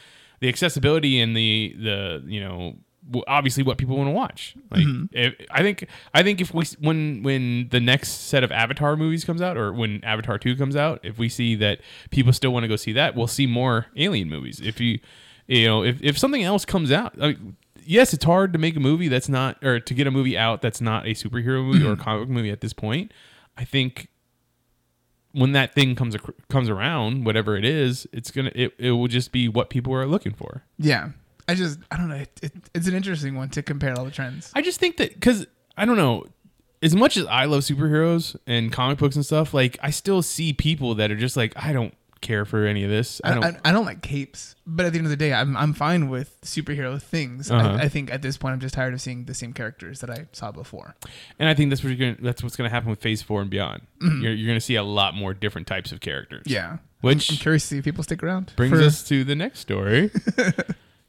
Speaker 8: the accessibility and the the you know w- obviously what people want to watch. Like, if, I think I think if we s- when when the next set of Avatar movies comes out, or when Avatar two comes out, if we see that people still want to go see that, we'll see more Alien movies. If you you know if if something else comes out, I mean, yes, it's hard to make a movie that's not or to get a movie out that's not a superhero movie or a comic book movie at this point. I think when that thing comes ac- comes around, whatever it is, it's gonna it, it will just be what people are looking for.
Speaker 7: Yeah. I just I don't know. It, it, it's an interesting one to compare all the trends.
Speaker 8: I just think that because I don't know, as much as I love superheroes and comic books and stuff, like I still see people that are just like, I don't care for any of this. I
Speaker 7: I,
Speaker 8: don't.
Speaker 7: I, I don't like capes, but at the end of the day, I'm I'm fine with superhero things.
Speaker 8: Uh-huh.
Speaker 7: I, I think at this point, I'm just tired of seeing the same characters that I saw before.
Speaker 8: and I think that's what you're gonna, that's what's going to happen with Phase Four and beyond. You're, you're going to see a lot more different types of characters.
Speaker 7: Mm-hmm. Yeah,
Speaker 8: Which-
Speaker 7: I'm, I'm curious to see if people stick around.
Speaker 8: brings
Speaker 7: for-
Speaker 8: us to the next story.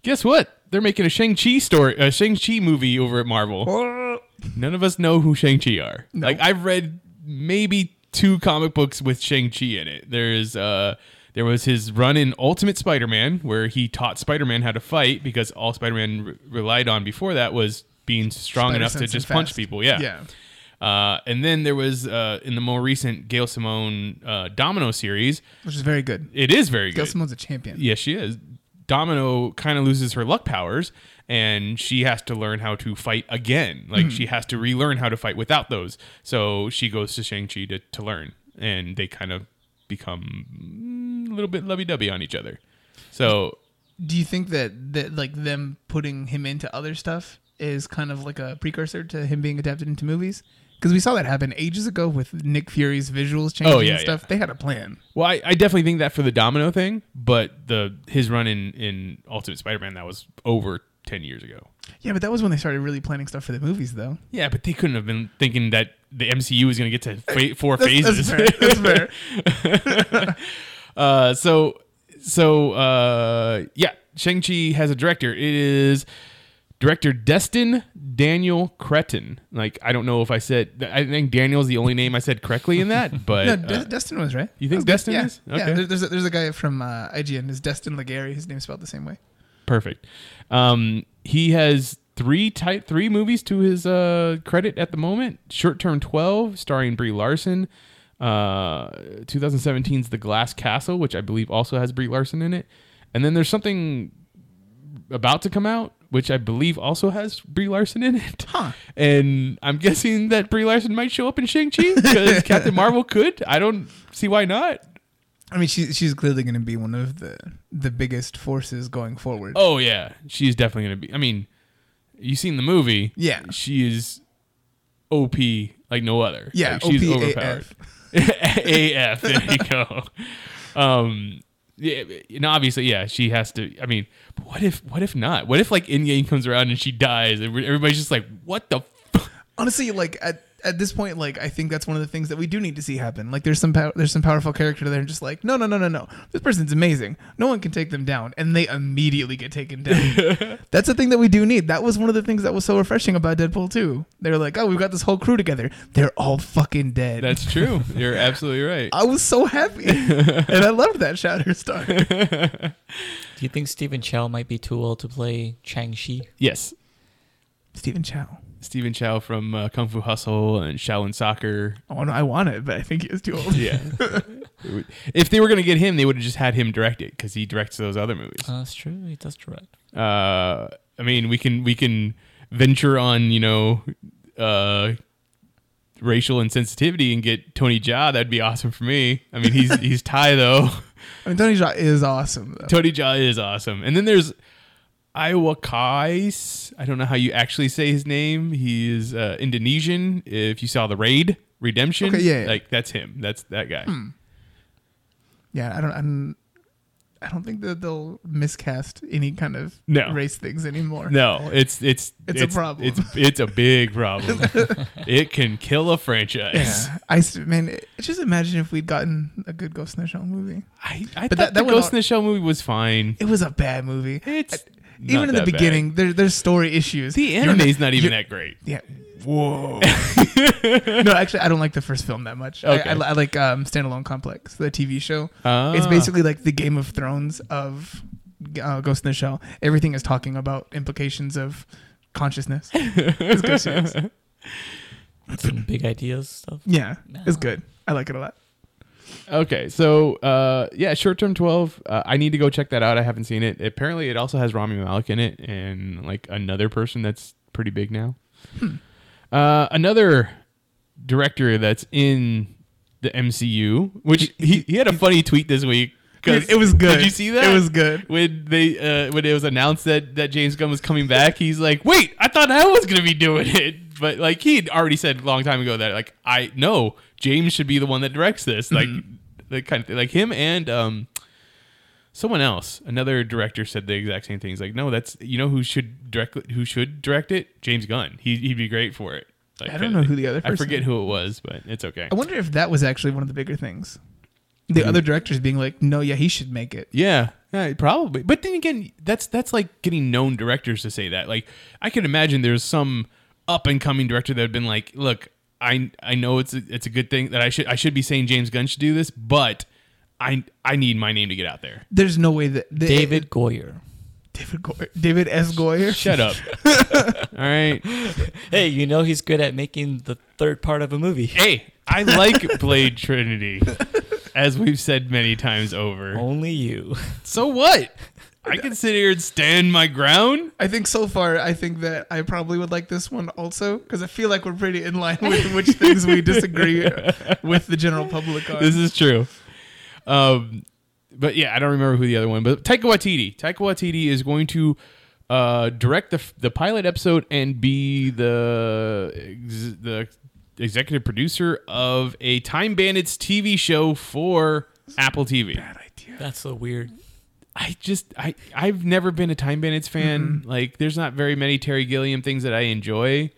Speaker 8: Guess what? They're making a Shang Chi story, a Shang Chi movie over at Marvel. None of us know who Shang Chi are. Like I've read maybe two comic books with Shang Chi in it. There is uh there was his run in Ultimate Spider-Man where he taught Spider-Man how to fight because all Spider-Man re- relied on before that was being strong
Speaker 7: Spider
Speaker 8: enough to
Speaker 7: sense and
Speaker 8: just punch
Speaker 7: fast.
Speaker 8: people.
Speaker 7: yeah.
Speaker 8: Uh, and then there was uh, in the more recent Gail Simone uh, Domino series.
Speaker 7: Which is very good.
Speaker 8: It is very good.
Speaker 7: Gail Simone's a champion.
Speaker 8: Yes, she is. Domino kind of loses her luck powers and she has to learn how to fight again. Like she has to relearn how to fight without those. So she goes to Shang-Chi to, to learn and they kind of become mm, a little bit lovey-dovey on each other. So
Speaker 7: Do you think that that like them putting him into other stuff is kind of like a precursor to him being adapted into movies? Because we saw that happen ages ago with Nick Fury's visuals changing
Speaker 8: Oh, yeah,
Speaker 7: and stuff.
Speaker 8: yeah.
Speaker 7: They had a plan.
Speaker 8: well, I, I definitely think that for the Domino thing, but the his run in in Ultimate Spider-Man that was over 10 years ago.
Speaker 7: Yeah, but that was when they started really planning stuff for the movies, though.
Speaker 8: Yeah, but they couldn't have been thinking that the MCU was going to get to fa- four
Speaker 7: That's
Speaker 8: phases.
Speaker 7: fair. That's fair.
Speaker 8: Uh, so so uh, yeah, Shang Chi has a director. It is director Destin Daniel Cretton. Like I don't know if I said I think Daniel's the only name I said correctly in that, but
Speaker 7: No,
Speaker 8: uh,
Speaker 7: De- Destin was right.
Speaker 8: you
Speaker 7: That
Speaker 8: think
Speaker 7: was good.
Speaker 8: Destin
Speaker 7: yeah.
Speaker 8: is?
Speaker 7: Yeah,
Speaker 8: Okay.
Speaker 7: there- there's a, there's a guy from uh, IGN. Is Destin Legary? His name's spelled the same way.
Speaker 8: perfect. Um, he has three type three movies to his uh, credit at the moment. Short Term Twelve, starring Brie Larson. Uh, 2017's The Glass Castle, which I believe also has Brie Larson in it. And then there's something about to come out, which I believe also has Brie Larson in it.
Speaker 7: Huh.
Speaker 8: And I'm guessing that Brie Larson might show up in Shang-Chi because Captain Marvel could. I don't see why not.
Speaker 7: I mean, she, she's clearly going to be one of the the biggest forces going forward.
Speaker 8: Oh yeah, she's definitely gonna be. I mean, you seen the movie?
Speaker 7: Yeah.
Speaker 8: she is OP like no other.
Speaker 7: Yeah,
Speaker 8: like, she's
Speaker 7: OP.
Speaker 8: overpowered. AF. There you go. Um, yeah, and obviously, yeah, she has to. I mean, but what if? What if not? What if like Endgame comes around and she dies, and everybody's just like, "What the." Fuck?
Speaker 7: Honestly, like at, at this point, like I think that's one of the things that we do need to see happen. Like there's some pow- there's some powerful character there, and just like no, no, no, no, no. This person's amazing. No one can take them down, and they immediately get taken down. that's the thing that we do need. That was one of the things that was so refreshing about Deadpool 2. They were like, oh, we've got this whole crew together. They're all fucking dead.
Speaker 8: That's true. You're absolutely right.
Speaker 7: I was so happy, and I loved that Shatterstar.
Speaker 9: Do you think Stephen Chow might be too old to play Chang Shi?
Speaker 8: Yes,
Speaker 7: Stephen Chow.
Speaker 8: Stephen Chow from uh, Kung Fu Hustle and Shaolin Soccer.
Speaker 7: Oh no, I want it, but I think he was too old.
Speaker 8: Yeah. if they were going to get him, they would have just had him direct it because he directs those other movies.
Speaker 9: Uh, that's true. He does direct.
Speaker 8: Uh, I mean, we can we can venture on you know uh, racial insensitivity and get Tony Jaa. That'd be awesome for me. I mean, he's he's Thai though.
Speaker 7: I mean, Tony Jaa is awesome though.
Speaker 8: Tony Jaa is awesome. And then there's Iowa Kais. I don't know how you actually say his name. He is uh, Indonesian. If you saw the raid redemption,
Speaker 7: Okay, yeah, Hmm. yeah.
Speaker 8: like that's him. That's that guy.
Speaker 7: Yeah, I don't. I'm, I don't think that they'll miscast any kind of
Speaker 8: No.
Speaker 7: race things anymore.
Speaker 8: No, it's it's
Speaker 7: It's a problem.
Speaker 8: It's it's a big problem. it can kill a franchise.
Speaker 7: Yeah, I s- man, it, just imagine if we'd gotten a good Ghost in the Shell movie.
Speaker 8: I, I
Speaker 7: But
Speaker 8: thought
Speaker 7: that-
Speaker 8: the
Speaker 7: that went
Speaker 8: Ghost
Speaker 7: on-
Speaker 8: in the Shell movie was fine.
Speaker 7: It was a bad movie.
Speaker 8: It's
Speaker 7: even
Speaker 8: not
Speaker 7: in the
Speaker 8: that bad.
Speaker 7: beginning, there, there's story issues.
Speaker 8: The
Speaker 7: You're
Speaker 8: anime's not even
Speaker 7: you're-
Speaker 8: that great.
Speaker 7: Yeah. Whoa. no, actually, I don't like the first film that much.
Speaker 8: Okay.
Speaker 7: I, I, I like
Speaker 8: Ah.
Speaker 7: um, Standalone Complex, the TV show. It's basically like the Game of Thrones of uh, Ghost in the Shell, everything is talking about implications of consciousness. it's good series.
Speaker 9: Some big ideas stuff.
Speaker 7: Yeah, it's good. I like it a lot.
Speaker 8: Ah. Okay, so uh, yeah, short term twelve. Uh, I need to go check that out. I haven't seen it. Apparently, it also has Rami Malek in it and like another person that's pretty big now. Uh, another director that's in the MCU, which he, he had a funny tweet this week. 'cause-
Speaker 7: Dude, it was good.
Speaker 8: Did you see that?
Speaker 7: It was good.
Speaker 8: When they uh, when it was announced that that James Gunn was coming back, he's like, "Wait, I thought I was gonna be doing it." But like he'd already said a long time ago that like I no James should be the one that directs this, like
Speaker 7: Mm-hmm.
Speaker 8: that kind of thing. Like him and um someone else, another director said the exact same thing. He's like, "No, that's you know who should direct who should direct it? James Gunn. He he'd be great for it." Like,
Speaker 7: I don't know who the other
Speaker 8: I
Speaker 7: person
Speaker 8: forget who it was, but it's okay.
Speaker 7: I wonder if that was actually one of the bigger things. The other directors being like, no, yeah, he should make it.
Speaker 8: Yeah, yeah, probably. But then again, that's that's like getting known directors to say that. Like, I could imagine there's some up and coming director that had been like, "Look, I I know it's a, it's a good thing that I should I should be saying James Gunn should do this, but I I need my name to get out there."
Speaker 7: There's no way that that-
Speaker 9: David Goyer.
Speaker 7: David Goyer, David S. Goyer.
Speaker 8: Shut up. All right.
Speaker 9: Hey, you know he's good at making the third part of a movie.
Speaker 8: Hey, I like Blade Trinity, as we've said many times over.
Speaker 9: Only you.
Speaker 8: So what? I can sit here and stand my ground.
Speaker 7: I think so far, I think that I probably would like this one also because I feel like we're pretty in line with which things we disagree with the general public on.
Speaker 8: this is true. Um, but yeah, I don't remember who the other one. But Taika Waititi. Taika Waititi is going to uh, direct the the pilot episode and be the ex- the executive producer of a Time Bandits TV show for Apple TV.
Speaker 9: That's so weird.
Speaker 8: I just I I've never been a Time Bandits fan. Like, there's not very many Terry Gilliam things that I enjoy.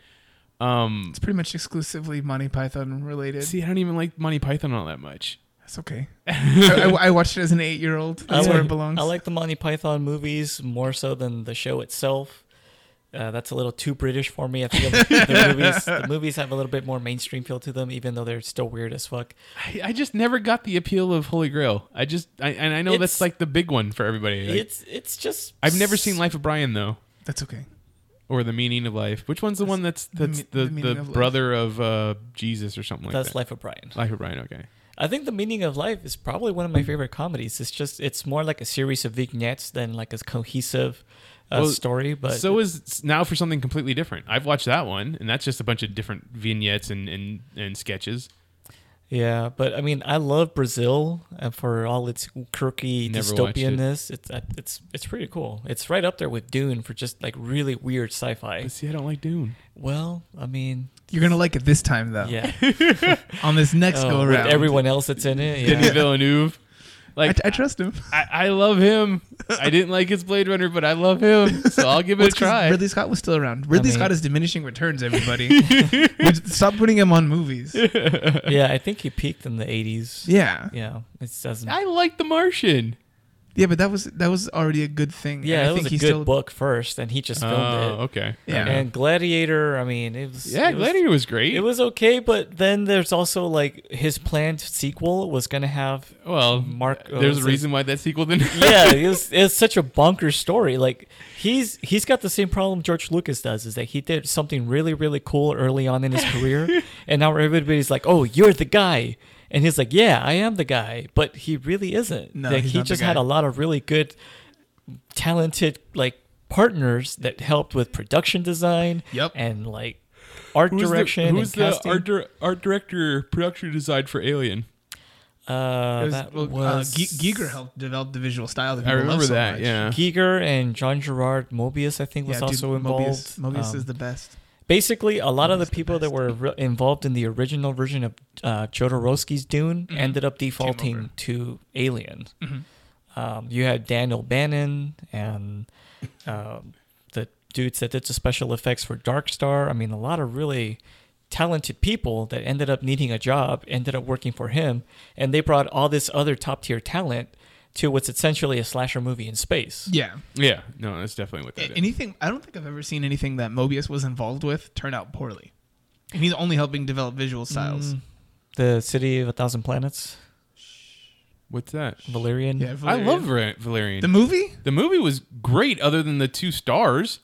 Speaker 8: Um,
Speaker 7: It's pretty much exclusively Monty Python related.
Speaker 8: see, I don't even like Monty Python all that much.
Speaker 7: That's okay. I, I- I watched it as an eight-year-old. That's
Speaker 9: I
Speaker 7: where
Speaker 9: like,
Speaker 7: it belongs.
Speaker 9: I like the Monty Python movies more so than the show itself. Uh, that's a little too British for me. I think the, the movies the movies have a little bit more mainstream feel to them, even though they're still weird as fuck.
Speaker 8: I, I just never got the appeal of Holy Grail. I just, I, and I know that's
Speaker 9: It's-
Speaker 8: like the big one for everybody. Like,
Speaker 9: It's it's just
Speaker 8: I've never seen Life of Brian though,
Speaker 7: That's okay.
Speaker 8: or The Meaning of Life. Which one's the one that's that's
Speaker 7: me-
Speaker 8: the
Speaker 7: The
Speaker 8: the,
Speaker 7: Meaning of Life.
Speaker 8: brother of uh, Jesus or something like
Speaker 9: That's
Speaker 8: that?
Speaker 9: Life of Brian.
Speaker 8: Life of Brian. Okay.
Speaker 9: I think the meaning of life is probably one of my favorite comedies. It's just it's more like a series of vignettes than like a cohesive uh,
Speaker 8: Well,
Speaker 9: story. But
Speaker 8: so is now for something completely different. I've watched that one, and that's just a bunch of different vignettes and and, and sketches.
Speaker 9: yeah, but I mean, I love Brazil uh, for all its quirky
Speaker 8: Never watched it.
Speaker 9: dystopianness. It's uh, it's it's pretty cool. It's right up there with Dune for just like really weird sci-fi.
Speaker 8: But see, I don't like Dune.
Speaker 9: Well, I mean,
Speaker 7: You're gonna like it this time
Speaker 8: Oh.
Speaker 7: though.
Speaker 9: yeah,
Speaker 7: On this next
Speaker 9: Oh,
Speaker 7: go
Speaker 9: with
Speaker 7: around,
Speaker 9: everyone else that's in it.
Speaker 8: Denis
Speaker 9: Yeah.
Speaker 8: Villeneuve.
Speaker 7: I,
Speaker 8: Like
Speaker 7: I trust him.
Speaker 8: I, I love him. I didn't like his Blade Runner, but I love him, so I'll give it
Speaker 7: Well,
Speaker 8: a
Speaker 7: it's 'cause
Speaker 8: try.
Speaker 7: Ridley Scott was still around. Ridley
Speaker 9: mean-
Speaker 7: Scott is diminishing returns. Everybody, We- stop putting him on movies.
Speaker 9: yeah, I think he peaked in the '80s.
Speaker 7: Yeah,
Speaker 9: Yeah, it doesn't.
Speaker 8: I like The Martian.
Speaker 7: yeah, but that was that was already a good thing. and
Speaker 9: yeah,
Speaker 7: I
Speaker 9: it
Speaker 7: think
Speaker 9: was a
Speaker 7: he
Speaker 9: good
Speaker 7: still,
Speaker 9: book first, and he just filmed it.
Speaker 8: Oh, okay.
Speaker 7: Yeah.
Speaker 9: And uh, Gladiator, I mean, it was
Speaker 8: Yeah,
Speaker 9: it was-
Speaker 8: Gladiator was great.
Speaker 9: It was okay, but then there's also like his planned sequel was gonna have.
Speaker 8: well,
Speaker 9: Mark- uh,
Speaker 8: There's a
Speaker 9: so-
Speaker 8: reason why that sequel didn't.
Speaker 9: Yeah, it was, it's such a bonker story. Like he's he's got the same problem George Lucas does is that he did something really really cool early on in his career, and now everybody's like, "Oh, you're the guy," and he's like, "Yeah, I am the guy," but he really isn't.
Speaker 7: No,
Speaker 9: like
Speaker 7: he's
Speaker 9: he
Speaker 7: not the
Speaker 9: just had
Speaker 7: guy.
Speaker 9: a lot of really good, talented like partners that helped with production design.
Speaker 7: Yep.
Speaker 9: and like. Art
Speaker 8: Who's
Speaker 9: direction.
Speaker 8: The, who's
Speaker 9: and
Speaker 8: the
Speaker 9: casting.
Speaker 8: art, dir- art director production design for Alien?
Speaker 9: Uh,
Speaker 7: It was,
Speaker 9: that
Speaker 7: well,
Speaker 9: was
Speaker 7: uh, Ge- Giger helped develop the visual style that
Speaker 8: I
Speaker 7: people
Speaker 8: remember
Speaker 7: love so
Speaker 8: that.
Speaker 7: much.
Speaker 8: Yeah.
Speaker 9: Giger and John Gerard Mobius. I think was
Speaker 7: dude,
Speaker 9: also involved.
Speaker 7: Mobius, Mobius
Speaker 9: Um,
Speaker 7: is the best.
Speaker 9: basically a lot of the
Speaker 7: the
Speaker 9: people that
Speaker 7: best.
Speaker 9: were re- involved in the original version of uh, Jodorowsky's Dune
Speaker 7: Mm-hmm.
Speaker 9: ended up defaulting to Alien.
Speaker 7: Mm-hmm.
Speaker 9: Um, you had Daniel Bannon and um, the dudes that did the special effects for Dark Star. I mean, a lot of really talented people that ended up needing a job ended up working for him, and they brought all this other top tier talent to what's essentially a slasher movie in space.
Speaker 7: Yeah.
Speaker 8: Yeah. No, that's definitely what that is.
Speaker 7: Anything I don't think I've ever seen anything that Mobius was involved with turn out poorly. And Mm, he's only helping develop visual styles.
Speaker 9: The City of a Thousand Planets.
Speaker 8: What's that?
Speaker 9: Valerian.
Speaker 7: Yeah,
Speaker 8: I
Speaker 7: Valerian.
Speaker 8: love Val- Valerian.
Speaker 7: the movie.
Speaker 8: The movie was great, other than the two stars.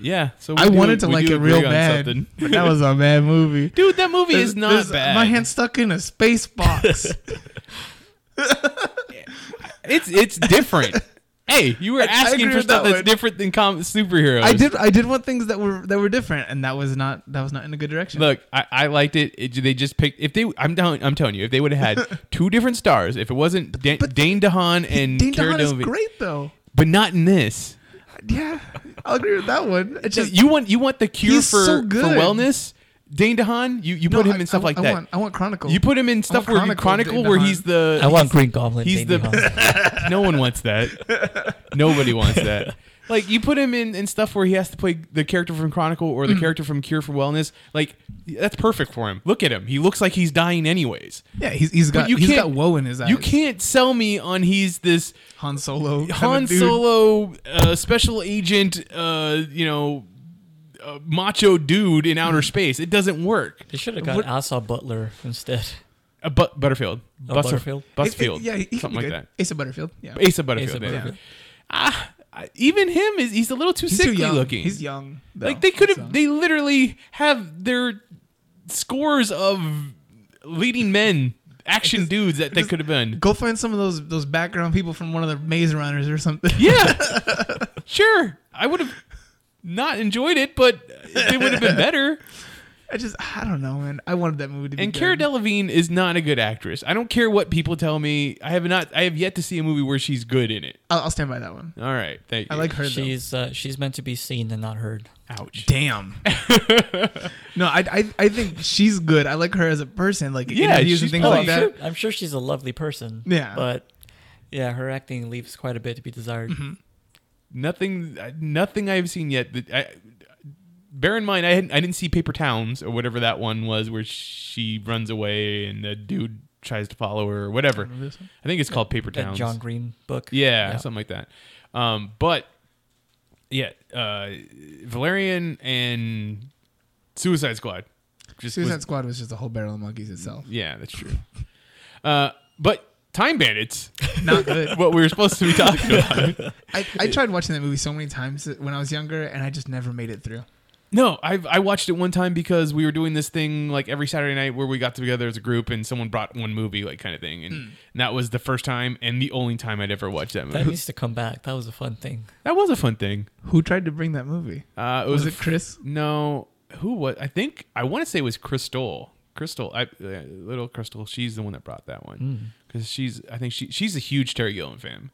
Speaker 8: Yeah, so we
Speaker 7: I
Speaker 8: do-
Speaker 7: wanted to
Speaker 8: we
Speaker 7: like
Speaker 8: do
Speaker 7: it real
Speaker 8: agree on
Speaker 7: bad.
Speaker 8: something.
Speaker 7: but that was a bad movie.
Speaker 8: Dude, that movie
Speaker 7: There's-
Speaker 8: is not
Speaker 7: there's-
Speaker 8: bad.
Speaker 7: My hand's stuck in a space box.
Speaker 8: It's it's different. hey, you were asking
Speaker 7: agree
Speaker 8: for
Speaker 7: with
Speaker 8: stuff
Speaker 7: that
Speaker 8: that's
Speaker 7: one.
Speaker 8: different than com- superheroes.
Speaker 7: I did. I did want things that were that were different, and that was not that was not in a good direction.
Speaker 8: Look, I, I liked it. It- They just picked if they. I'm down. I'm telling you, if they would have had two different stars, if it wasn't Dan,
Speaker 7: but-
Speaker 8: Dane DeHaan and
Speaker 7: Dean
Speaker 8: Cara
Speaker 7: DeHaan is
Speaker 8: Delevingne-
Speaker 7: great though.
Speaker 8: but not in this.
Speaker 7: Yeah, I'll agree with that one. It's just
Speaker 8: you want you want the cure
Speaker 7: He's
Speaker 8: for,
Speaker 7: so
Speaker 8: for
Speaker 7: good.
Speaker 8: wellness. Dane DeHaan, you, you
Speaker 7: No,
Speaker 8: put him
Speaker 7: I-
Speaker 8: in stuff
Speaker 7: I-
Speaker 8: like
Speaker 7: I
Speaker 8: that.
Speaker 7: Want, I want Chronicle.
Speaker 8: you put him in stuff where you
Speaker 7: Chronicle
Speaker 8: chronicle
Speaker 7: Dane
Speaker 8: where
Speaker 7: DeHaan.
Speaker 8: he's the.
Speaker 9: I want Green Goblin.
Speaker 8: He's
Speaker 9: Damien Hall.
Speaker 8: the. no one wants that. Nobody wants that. Like you put him in in stuff where he has to play the character from Chronicle or
Speaker 7: Mm.
Speaker 8: the character from Cure for Wellness. Like that's perfect for him. Look at him. He looks like he's dying anyways.
Speaker 7: yeah, he's, he's
Speaker 8: But
Speaker 7: got
Speaker 8: you
Speaker 7: he's
Speaker 8: can't-
Speaker 7: got woe in his eyes.
Speaker 8: You can't sell me on he's this
Speaker 7: Han Solo. kinda
Speaker 8: Han
Speaker 7: dude.
Speaker 8: Solo uh, special agent. Uh, you know. Uh, macho dude in
Speaker 7: Hmm.
Speaker 8: outer space. It doesn't work.
Speaker 9: They should have got
Speaker 7: What-
Speaker 9: Asa Butler instead.
Speaker 8: Uh, but Butterfield,
Speaker 9: Oh,
Speaker 8: Buster-
Speaker 9: Butterfield?
Speaker 7: It- it-
Speaker 8: Busfield,
Speaker 7: yeah, he can
Speaker 8: something
Speaker 7: be
Speaker 8: like
Speaker 7: good.
Speaker 8: that.
Speaker 7: Asa Butterfield. Yeah,
Speaker 8: Asa Butterfield.
Speaker 9: Asa
Speaker 8: yeah.
Speaker 9: Butterfield.
Speaker 8: Ah, I- even him is he's a little too
Speaker 7: he's
Speaker 8: sickly
Speaker 7: too young.
Speaker 8: looking.
Speaker 7: He's young. though,
Speaker 8: like they could have
Speaker 7: so.
Speaker 8: they literally have their scores of leading men action dudes that they could have been.
Speaker 7: Go find some of those those background people from one of the Maze Runners or something.
Speaker 8: Yeah. sure. I would have not enjoyed it, but it would have been better.
Speaker 7: I just I don't know, man. I wanted that movie to be
Speaker 8: And
Speaker 7: good.
Speaker 8: Cara Delevingne is not a good actress. I don't care what people tell me. I have not I have yet to see a movie where she's good in it.
Speaker 7: I'll, I'll stand by that one.
Speaker 8: All right. Thank
Speaker 7: I
Speaker 8: you.
Speaker 7: like her. though.
Speaker 9: She's uh, she's meant to be seen and not heard.
Speaker 8: ouch.
Speaker 7: Damn. no, I, I I think she's good. I like her as a person. Like
Speaker 8: Yeah,
Speaker 7: interviews
Speaker 8: she's
Speaker 7: and things
Speaker 8: Oh,
Speaker 7: like
Speaker 8: probably-
Speaker 7: that.
Speaker 8: sure.
Speaker 9: I'm sure she's a lovely person.
Speaker 7: Yeah.
Speaker 9: But yeah, her acting leaves quite a bit to be desired.
Speaker 8: Mm-hmm. Nothing, nothing I've seen yet. That I, bear in mind, I hadn't, I didn't see Paper Towns or whatever that one was, where she runs away and the dude tries to follow her or whatever. I think it's called Paper
Speaker 9: That
Speaker 8: Towns.
Speaker 9: John Green book.
Speaker 8: yeah, something like that. Um, but yeah, uh, Valerian and Suicide Squad. Just was-
Speaker 7: Suicide Squad was just a whole barrel of
Speaker 8: Mm.
Speaker 7: monkeys itself.
Speaker 8: yeah, that's true. Uh, but Time Bandits,
Speaker 7: Not good.
Speaker 8: what we were supposed to be talking about.
Speaker 7: I, I tried watching that movie so many times when I was younger, and I just never made it through.
Speaker 8: No, I I watched it one time because we were doing this thing like every Saturday night where we got together as a group and someone brought one movie like kind of thing and, and that was the first time and the only time I'd ever watched that
Speaker 9: That
Speaker 8: movie.
Speaker 9: needs to come back. That was a fun thing.
Speaker 8: that was a fun thing.
Speaker 7: Who tried to bring that movie?
Speaker 8: Uh, it
Speaker 7: Was
Speaker 8: was, a
Speaker 7: it
Speaker 8: f-
Speaker 7: Chris?
Speaker 8: no, who was? I think I want to say it was Crystal. Crystal, I, uh, little Crystal, she's the one that brought that
Speaker 7: Hmm.
Speaker 8: one because she's I think she she's a huge Terry Gilliam fan.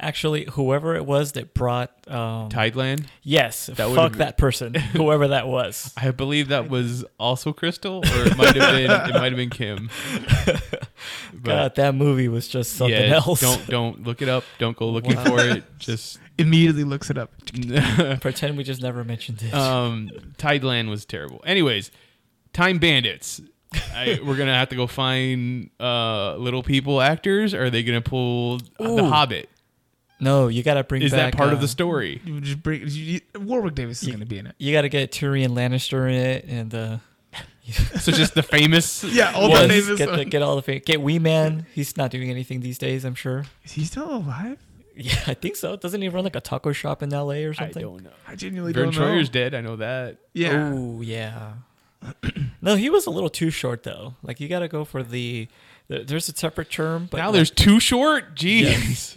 Speaker 9: Actually, whoever it was that brought um,
Speaker 8: Tideland,
Speaker 9: yes,
Speaker 8: would've
Speaker 9: fuck
Speaker 8: been-
Speaker 9: that person, whoever that was.
Speaker 8: I believe that was also Crystal, or it might have been it might have been Kim. But-
Speaker 9: God, that movie was just something else.
Speaker 8: Don't don't look it up. Don't go looking for it. Just
Speaker 7: Immediately looks it up.
Speaker 9: pretend we just never mentioned it.
Speaker 8: um, Tideland was terrible. Anyways, Time Bandits. I, we're gonna have to go find uh, little people actors. Or are they gonna pull The
Speaker 9: Ooh.
Speaker 8: Hobbit?
Speaker 9: no, you got to bring
Speaker 8: Is
Speaker 9: back.
Speaker 8: that part of
Speaker 9: uh,
Speaker 8: the story?
Speaker 7: You just bring you, you- Warwick Davis is going to be in it.
Speaker 9: You got to get Tyrion Lannister in it, and uh,
Speaker 8: So just the famous. uh,
Speaker 7: Yeah, all
Speaker 8: ones?
Speaker 7: the
Speaker 9: Yes,
Speaker 7: names.
Speaker 9: get, the, get all the fa- get Wee Man. He's not doing anything these days, I'm sure.
Speaker 7: Is he still alive?
Speaker 9: Yeah, I think so. Doesn't he run like a taco shop in L.A. or
Speaker 8: I
Speaker 9: something?
Speaker 8: don't know.
Speaker 7: I genuinely
Speaker 8: Vern
Speaker 7: don't know.
Speaker 8: Troyer's dead. I know that.
Speaker 7: yeah.
Speaker 9: Oh yeah. no, he was a little too short though. Like you got to go for the, the. There's a separate term, but
Speaker 8: now
Speaker 9: like-
Speaker 8: there's two short. Jeez.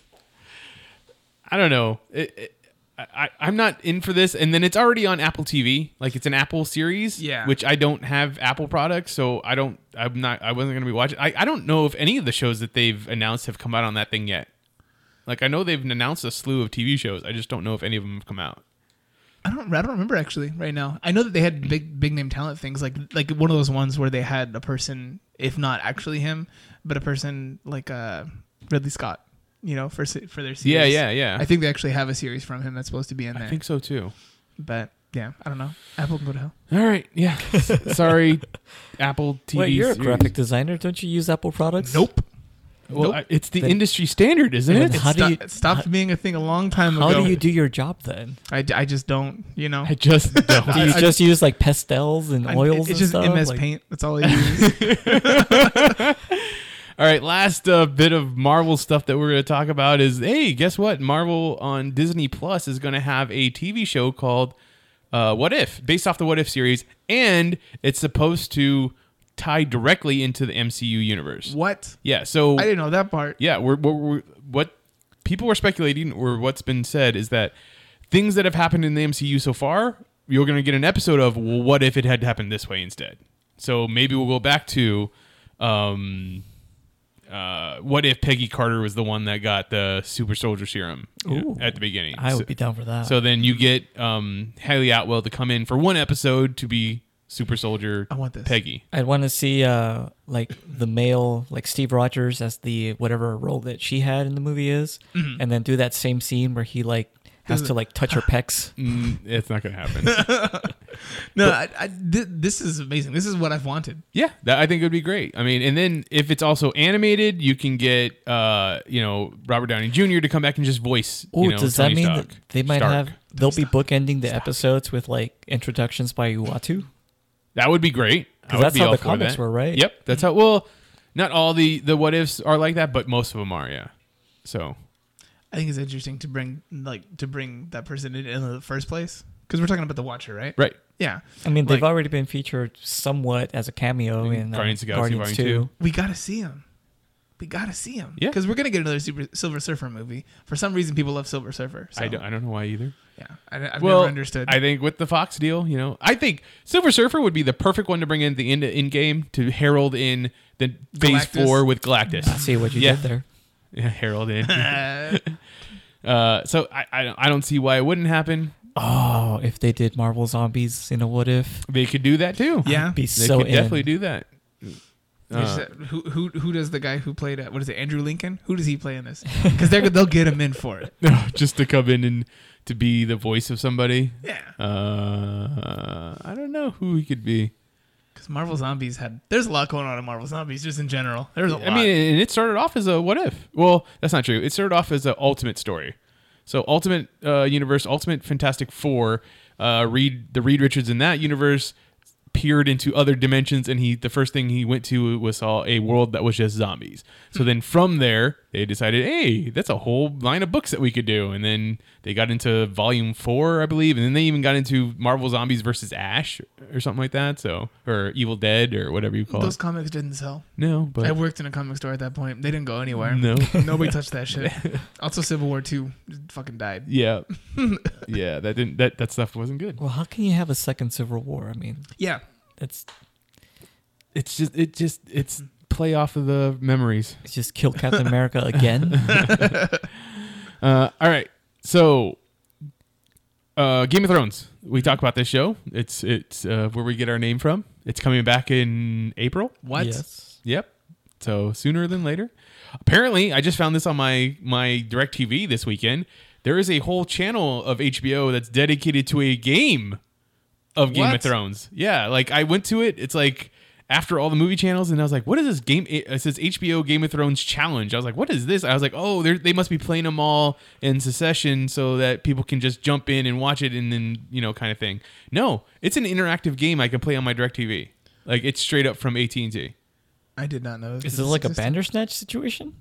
Speaker 8: I don't know. It, it, I, I- I'm not in for this. And then it's already on Apple TV. Like it's an Apple series.
Speaker 7: Yeah.
Speaker 8: Which I don't have Apple products, so I don't. I'm not. I wasn't gonna be watching. I, I don't know if any of the shows that they've announced have come out on that thing yet. Like I know they've announced a slew of TV shows. I just don't know if any of them have come out.
Speaker 7: I don't. I don't remember actually. Right now, I know that they had big, big name talent things like like one of those ones where they had a person, if not actually him, but a person like uh Ridley Scott, you know, for se- for their series.
Speaker 8: Yeah, yeah, yeah.
Speaker 7: I think they actually have a series from him that's supposed to be in there.
Speaker 8: I think so too.
Speaker 7: but yeah, I don't know. Apple can go to hell.
Speaker 8: All right. Yeah. Sorry, Apple TV.
Speaker 9: Wait, you're a
Speaker 8: series.
Speaker 9: graphic designer. Don't you use Apple products?
Speaker 8: Well,
Speaker 7: Nope.
Speaker 8: I- it's the
Speaker 9: Then-
Speaker 8: industry standard, isn't
Speaker 9: Then
Speaker 8: it?
Speaker 9: how do
Speaker 7: Sto-
Speaker 9: you?
Speaker 7: it stopped being a thing a long time
Speaker 9: How
Speaker 7: ago.
Speaker 9: do you do your job then?
Speaker 7: I, I just don't. You know,
Speaker 8: I just don't.
Speaker 9: Do you
Speaker 7: I-
Speaker 9: just use like pastels and
Speaker 7: I-
Speaker 9: oils
Speaker 7: It's
Speaker 9: and
Speaker 7: just
Speaker 9: stuff?
Speaker 7: MS
Speaker 9: Like-
Speaker 7: Paint. That's all I use.
Speaker 8: All right, last uh, bit of Marvel stuff that we're going to talk about is hey, guess what? Marvel on Disney Plus is going to have a TV show called uh, What If, based off the What If series, and it's supposed to tie directly into the MCU universe.
Speaker 7: What?
Speaker 8: Yeah, so
Speaker 7: I didn't know that part.
Speaker 8: yeah, we're, we're, we're what people were speculating or what's been said is that things that have happened in the MCU so far, you're going to get an episode of well, what if it had happened this way instead. So maybe we'll go back to um uh, what if Peggy Carter was the one that got the super soldier serum you know,
Speaker 9: Ooh.
Speaker 8: at the beginning?
Speaker 9: I
Speaker 8: So-
Speaker 9: would be down for that.
Speaker 8: So then you get um, Haley Atwell to come in for one episode to be super soldier.
Speaker 7: I want this.
Speaker 8: Peggy.
Speaker 9: I'd want to see uh like the male like Steve Rogers as the whatever role that she had in the movie is,
Speaker 8: Mm-hmm.
Speaker 9: and then do that same scene where he like has to like touch her pecs.
Speaker 8: Mm, it's not going to happen.
Speaker 7: No, I, I, thi- this is amazing. This is what I've wanted.
Speaker 8: Yeah, that I think would be great. I mean, and then if it's also animated, you can get uh, you know, Robert Downey Jr. to come back and just voice.
Speaker 9: Oh,
Speaker 8: you know,
Speaker 9: does that
Speaker 8: Tony
Speaker 9: mean
Speaker 8: Stark.
Speaker 9: that they might
Speaker 8: Stark.
Speaker 9: have they'll be bookending the episodes with like introductions by Uatu?
Speaker 8: That would be great. I
Speaker 9: 'Cause
Speaker 8: would
Speaker 9: that's
Speaker 8: be
Speaker 9: how
Speaker 8: all
Speaker 9: the
Speaker 8: for
Speaker 9: comics
Speaker 8: that.
Speaker 9: were, right?
Speaker 8: Yep, that's how. Well, not all the the what ifs are like that, but most of them are. Yeah. So
Speaker 7: I think it's interesting to bring like to bring that person in in the first place because we're talking about the Watcher, right?
Speaker 8: right.
Speaker 7: Yeah,
Speaker 9: I mean, they've
Speaker 7: Like-
Speaker 9: already been featured somewhat as a cameo in uh,
Speaker 8: Guardians of the Galaxy
Speaker 9: Guardians
Speaker 8: Volume
Speaker 9: 2.
Speaker 7: we gotta see him. We gotta see him.
Speaker 8: Yeah.
Speaker 7: because we're gonna get another Super Silver Surfer movie. For some reason, people love Silver Surfer. So,
Speaker 8: I don't. I don't know why either.
Speaker 7: Yeah, I, have
Speaker 8: well,
Speaker 7: never understood.
Speaker 8: I think with the Fox deal, you know, I think Silver Surfer would be the perfect one to bring in at the end in game to herald in the Phase
Speaker 7: Galactus.
Speaker 8: Four with Galactus.
Speaker 9: I see what you
Speaker 8: Yeah.
Speaker 9: did there.
Speaker 8: Yeah, herald in.
Speaker 7: Uh,
Speaker 8: Uh, so I, I don't- I don't see why it wouldn't happen.
Speaker 9: Oh, if they did Marvel Zombies in a what if,
Speaker 8: They could do that too.
Speaker 7: yeah.
Speaker 9: be
Speaker 8: they
Speaker 9: so
Speaker 8: could
Speaker 9: in.
Speaker 8: definitely do that. Uh.
Speaker 7: There's that- who, who who does the guy who played at what is it Andrew Lincoln? Who does he play in this? Because they're they'll get him in for it.
Speaker 8: Just to come in and to be the voice of somebody.
Speaker 7: Yeah,
Speaker 8: Uh, I don't know who he could be.
Speaker 7: because Marvel Zombies had there's a lot going on in Marvel Zombies just in general. There's a lot.
Speaker 8: I mean, and it started off as a what if. Well, that's not true. It started off as an ultimate story. So ultimate uh, universe, ultimate Fantastic Four. Uh, Reed, the Reed Richards in that universe peered into other dimensions, and he the first thing he went to was saw a world that was just zombies. So then from there, they decided, hey, that's a whole line of books that we could do. And then they got into Volume Four, I believe, and then they even got into Marvel Zombies versus Ash or something like that. So or Evil Dead or whatever you call
Speaker 7: those
Speaker 8: it.
Speaker 7: comics didn't sell.
Speaker 8: No, but
Speaker 7: I worked in a comic store at that point. They didn't go anywhere.
Speaker 8: no.
Speaker 7: Nobody touched that shit. Also, Civil War Two fucking died.
Speaker 8: Yeah, yeah. That didn't. That that stuff wasn't good.
Speaker 9: Well, how can you have a second Civil War? I mean,
Speaker 7: Yeah,
Speaker 9: that's
Speaker 8: It's just. It just. It's play off of the memories.
Speaker 9: it's just kill Captain America again.
Speaker 8: Uh, all right. So, uh, Game of Thrones. We talk about this show. It's it's uh, where we get our name from. It's coming back in April.
Speaker 7: what?
Speaker 9: Yes.
Speaker 8: Yep. So sooner than later. Apparently, I just found this on my my DirecTV this weekend. There is a whole channel of HBO that's dedicated to a game of Game of
Speaker 7: What?
Speaker 8: Thrones. Yeah, like I went to it. It's like after all the movie channels, and I was like, "What is this game?" It it says HBO Game of Thrones challenge. I was like, "What is this?" I was like, "Oh, they're- they must be playing them all in succession so that people can just jump in and watch it, and then you know, kind of thing." No, it's an interactive game I can play on my DirecTV. Like it's straight up from AT and T.
Speaker 7: I did not know.
Speaker 9: Is this like a
Speaker 7: existed.
Speaker 9: Bandersnatch situation?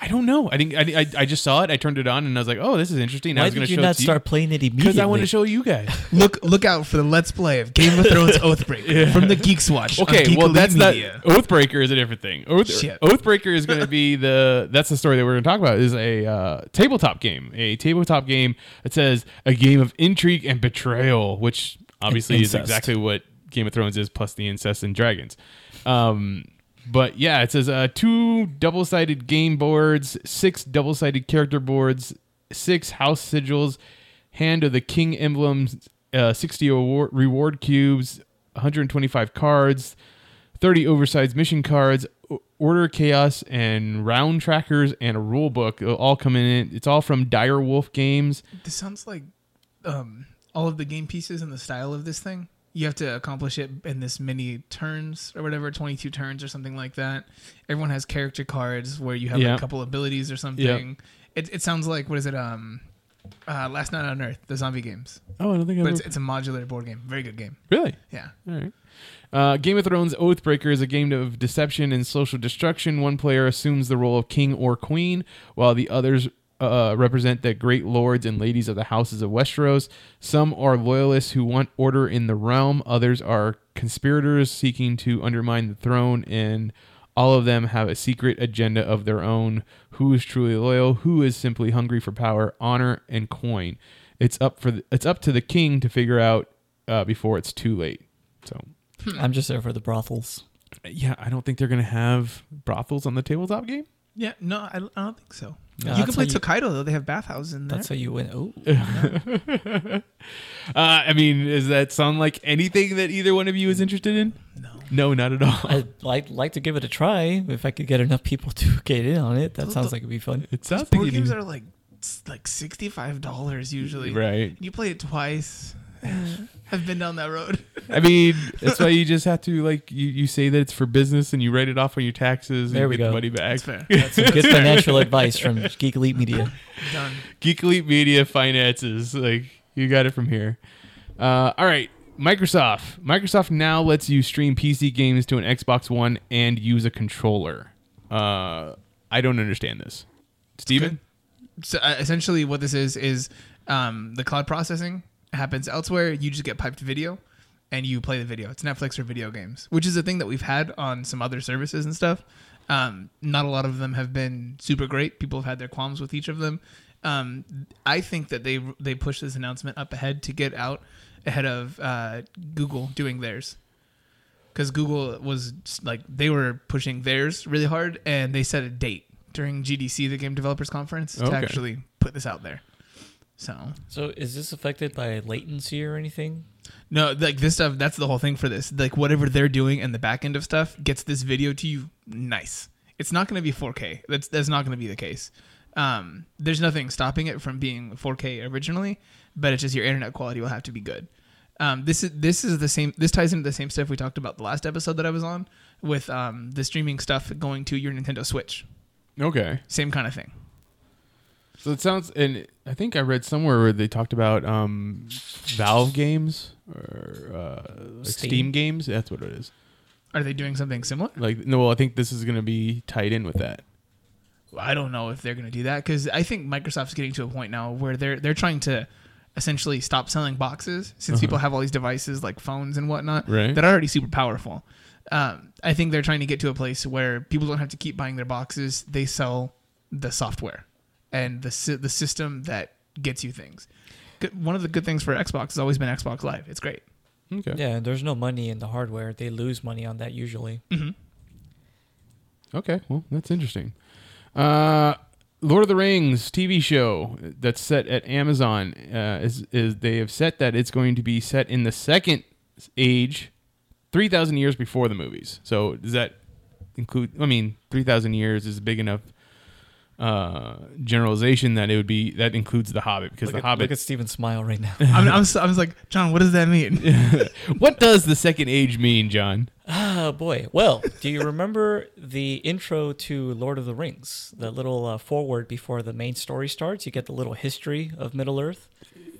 Speaker 8: I don't know. I didn't. I, I, I just saw it. I turned it on and I was like, "Oh, this is interesting." I
Speaker 9: Why
Speaker 8: was going
Speaker 9: did
Speaker 8: to
Speaker 9: you
Speaker 8: show
Speaker 9: not
Speaker 8: it to
Speaker 9: start playing it immediately?
Speaker 8: because I want to show you guys.
Speaker 7: Look, look out for the Let's Play of Game of Thrones Oathbreak from the Geeks Watch. on
Speaker 8: Okay,
Speaker 7: Geek
Speaker 8: well
Speaker 7: Elite
Speaker 8: that's not
Speaker 7: Media.
Speaker 8: Oathbreaker is a different thing. Oath,
Speaker 7: Shit.
Speaker 8: Oathbreaker is going to be the that's the story that we're going to talk about is a uh, tabletop game, a tabletop game that says a game of intrigue and betrayal, which obviously is
Speaker 9: incest.
Speaker 8: exactly what Game of Thrones is, plus the incest and dragons. Um, but yeah, it says uh, two double-sided game boards, six double-sided character boards, six house sigils, hand of the king emblems, uh, sixty award, reward cubes, one hundred and twenty-five cards. 30 oversized mission cards, o- order chaos, and round trackers, and a rule book all coming in. It's all from Dire Wolf Games.
Speaker 7: This sounds like um, all of the game pieces and the style of this thing. You have to accomplish it in this many turns or whatever, 22 turns or something like that. Everyone has character cards where you have like,
Speaker 8: Yeah.
Speaker 7: a couple abilities or something. It, it sounds like, what is it? Um, Uh, Last Night on Earth, the zombie games,
Speaker 8: Oh, I don't think
Speaker 7: but
Speaker 8: I've
Speaker 7: it's,
Speaker 8: ever-
Speaker 7: it's a modular board game. Very good game.
Speaker 8: really.
Speaker 7: Yeah.
Speaker 8: All right. Uh, Game of Thrones Oathbreaker is a game of deception and social destruction. One player assumes the role of king or queen, while the others uh, represent the great lords and ladies of the houses of Westeros. Some are loyalists who want order in the realm, others are conspirators seeking to undermine the throne, and all of them have a secret agenda of their own. Who is truly loyal? Who is simply hungry for power, honor, and coin? It's up for the, it's up to the king to figure out uh, before it's too late. So
Speaker 9: I'm just there for the brothels.
Speaker 8: yeah, I don't think they're gonna have brothels on the tabletop game.
Speaker 7: Yeah. No, I, I don't think so.
Speaker 9: No,
Speaker 7: you
Speaker 9: that's
Speaker 7: can play
Speaker 9: how you-
Speaker 7: Tokaido though. They have bathhouses in there.
Speaker 9: That's how you win. Oh,
Speaker 8: Uh, I mean, does that sound like anything that either one of you is interested in?
Speaker 7: No.
Speaker 8: No, not at all.
Speaker 9: I'd like, like to give it a try if I could get enough people to get in on it. That sounds like it'd be fun.
Speaker 8: It sounds like
Speaker 7: board
Speaker 8: it
Speaker 7: games
Speaker 8: is-
Speaker 7: are like s- like sixty five dollars usually.
Speaker 8: right.
Speaker 7: You play it twice. I've been down that road.
Speaker 8: I mean, that's why you just have to like you, you say that it's for business and you write it off on your taxes. And
Speaker 9: There
Speaker 8: you
Speaker 9: we
Speaker 8: get The
Speaker 9: go.
Speaker 8: money back.
Speaker 7: That's fair.
Speaker 9: Some good financial advice from Geek Elite Media.
Speaker 7: Done.
Speaker 8: Geek Elite Media finances. Like you got it from here. Uh, all right, Microsoft. Microsoft now lets you stream PC games to an Xbox One and use a controller. Uh, I don't understand this, Steven?
Speaker 7: So uh, essentially, what this is is um, the cloud processing happens elsewhere. You just get piped video, and you play the video. It's Netflix or video games, which is a thing that we've had on some other services and stuff. Um, not a lot of them have been super great. People have had their qualms with each of them. Um, I think that they they pushed this announcement up ahead to get out ahead of uh, Google doing theirs because Google was like they were pushing theirs really hard, and they set a date during GDC, the Game Developers Conference,
Speaker 8: Okay.
Speaker 7: to actually put this out there. So
Speaker 9: So, is this affected by latency or anything?
Speaker 7: no, like this stuff, that's the whole thing for this. Like whatever they're doing and the back end of stuff gets this video to you nice. It's not going to be 4K. That's that's not going to be the case. Um, there's nothing stopping it from being 4K originally, but it's just your internet quality will have to be good. Um, this is this is the same. This ties into the same stuff we talked about the last episode that I was on with um, the streaming stuff going to your Nintendo Switch.
Speaker 8: Okay.
Speaker 7: Same kind of thing.
Speaker 8: So it sounds, and I think I read somewhere where they talked about um, Valve games or uh, like Steam.
Speaker 9: Steam.
Speaker 8: games. That's what it is.
Speaker 7: Are they doing something similar?
Speaker 8: Like, no, well, I think this is going to be tied in with that.
Speaker 7: I don't know if they're going to do that because I think Microsoft's getting to a point now where they're they're trying to essentially stop selling boxes since people have all these devices like phones and whatnot
Speaker 8: Right.
Speaker 7: that are already super powerful. Um, I think they're trying to get to a place where people don't have to keep buying their boxes; they sell the software and the sy- the system that gets you things. Good- One of the good things for Xbox has always been Xbox Live. It's great.
Speaker 8: Okay.
Speaker 9: Yeah, there's no money in the hardware. They lose money on that usually.
Speaker 8: Okay, well, that's interesting. Uh, Lord of the Rings TV show that's set at Amazon uh, is is they have set that it's going to be set in the second age, three thousand years before the movies. So does that include? I mean, three thousand years is a big enough uh, generalization that it would be that includes the Hobbit because
Speaker 9: Look,
Speaker 8: the
Speaker 9: at,
Speaker 8: Hobbit.
Speaker 9: look at Steven's smile right now.
Speaker 7: I'm, I'm, so, I was like, John, what does that mean?
Speaker 8: what does the second age mean, John?
Speaker 9: Oh boy. Well, do you remember the intro to Lord of the Rings? The little uh, forward before the main story starts, you get the little history of Middle Earth.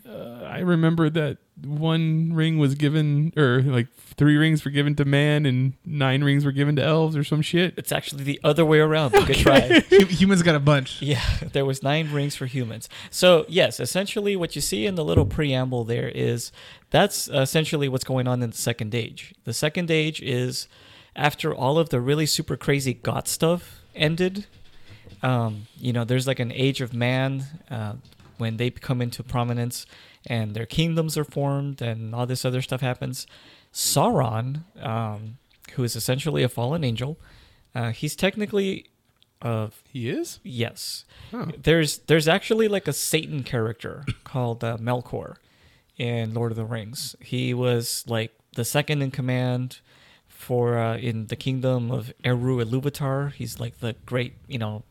Speaker 8: I remember that one ring was given, or like three rings were given to man, and nine rings were given to elves, or some shit.
Speaker 9: It's actually the other way around. but Good try.
Speaker 7: Hum- Humans got a bunch.
Speaker 9: Yeah, there was nine rings for humans. So yes, essentially what you see in the little preamble there is that's essentially what's going on in the second age. The second age is after all of the really super crazy god stuff ended. Um, you know, there's like an age of man uh, when they come into prominence and their kingdoms are formed and all this other stuff happens. Sauron, um, who is essentially a fallen angel, uh, he's technically uh,
Speaker 8: He is.
Speaker 9: Yes.
Speaker 8: Oh.
Speaker 9: There's there's actually like a Satan character called uh, Melkor in Lord of the Rings. He was like the second in command for uh, in the kingdom of Eru Iluvatar. He's like the great, you know,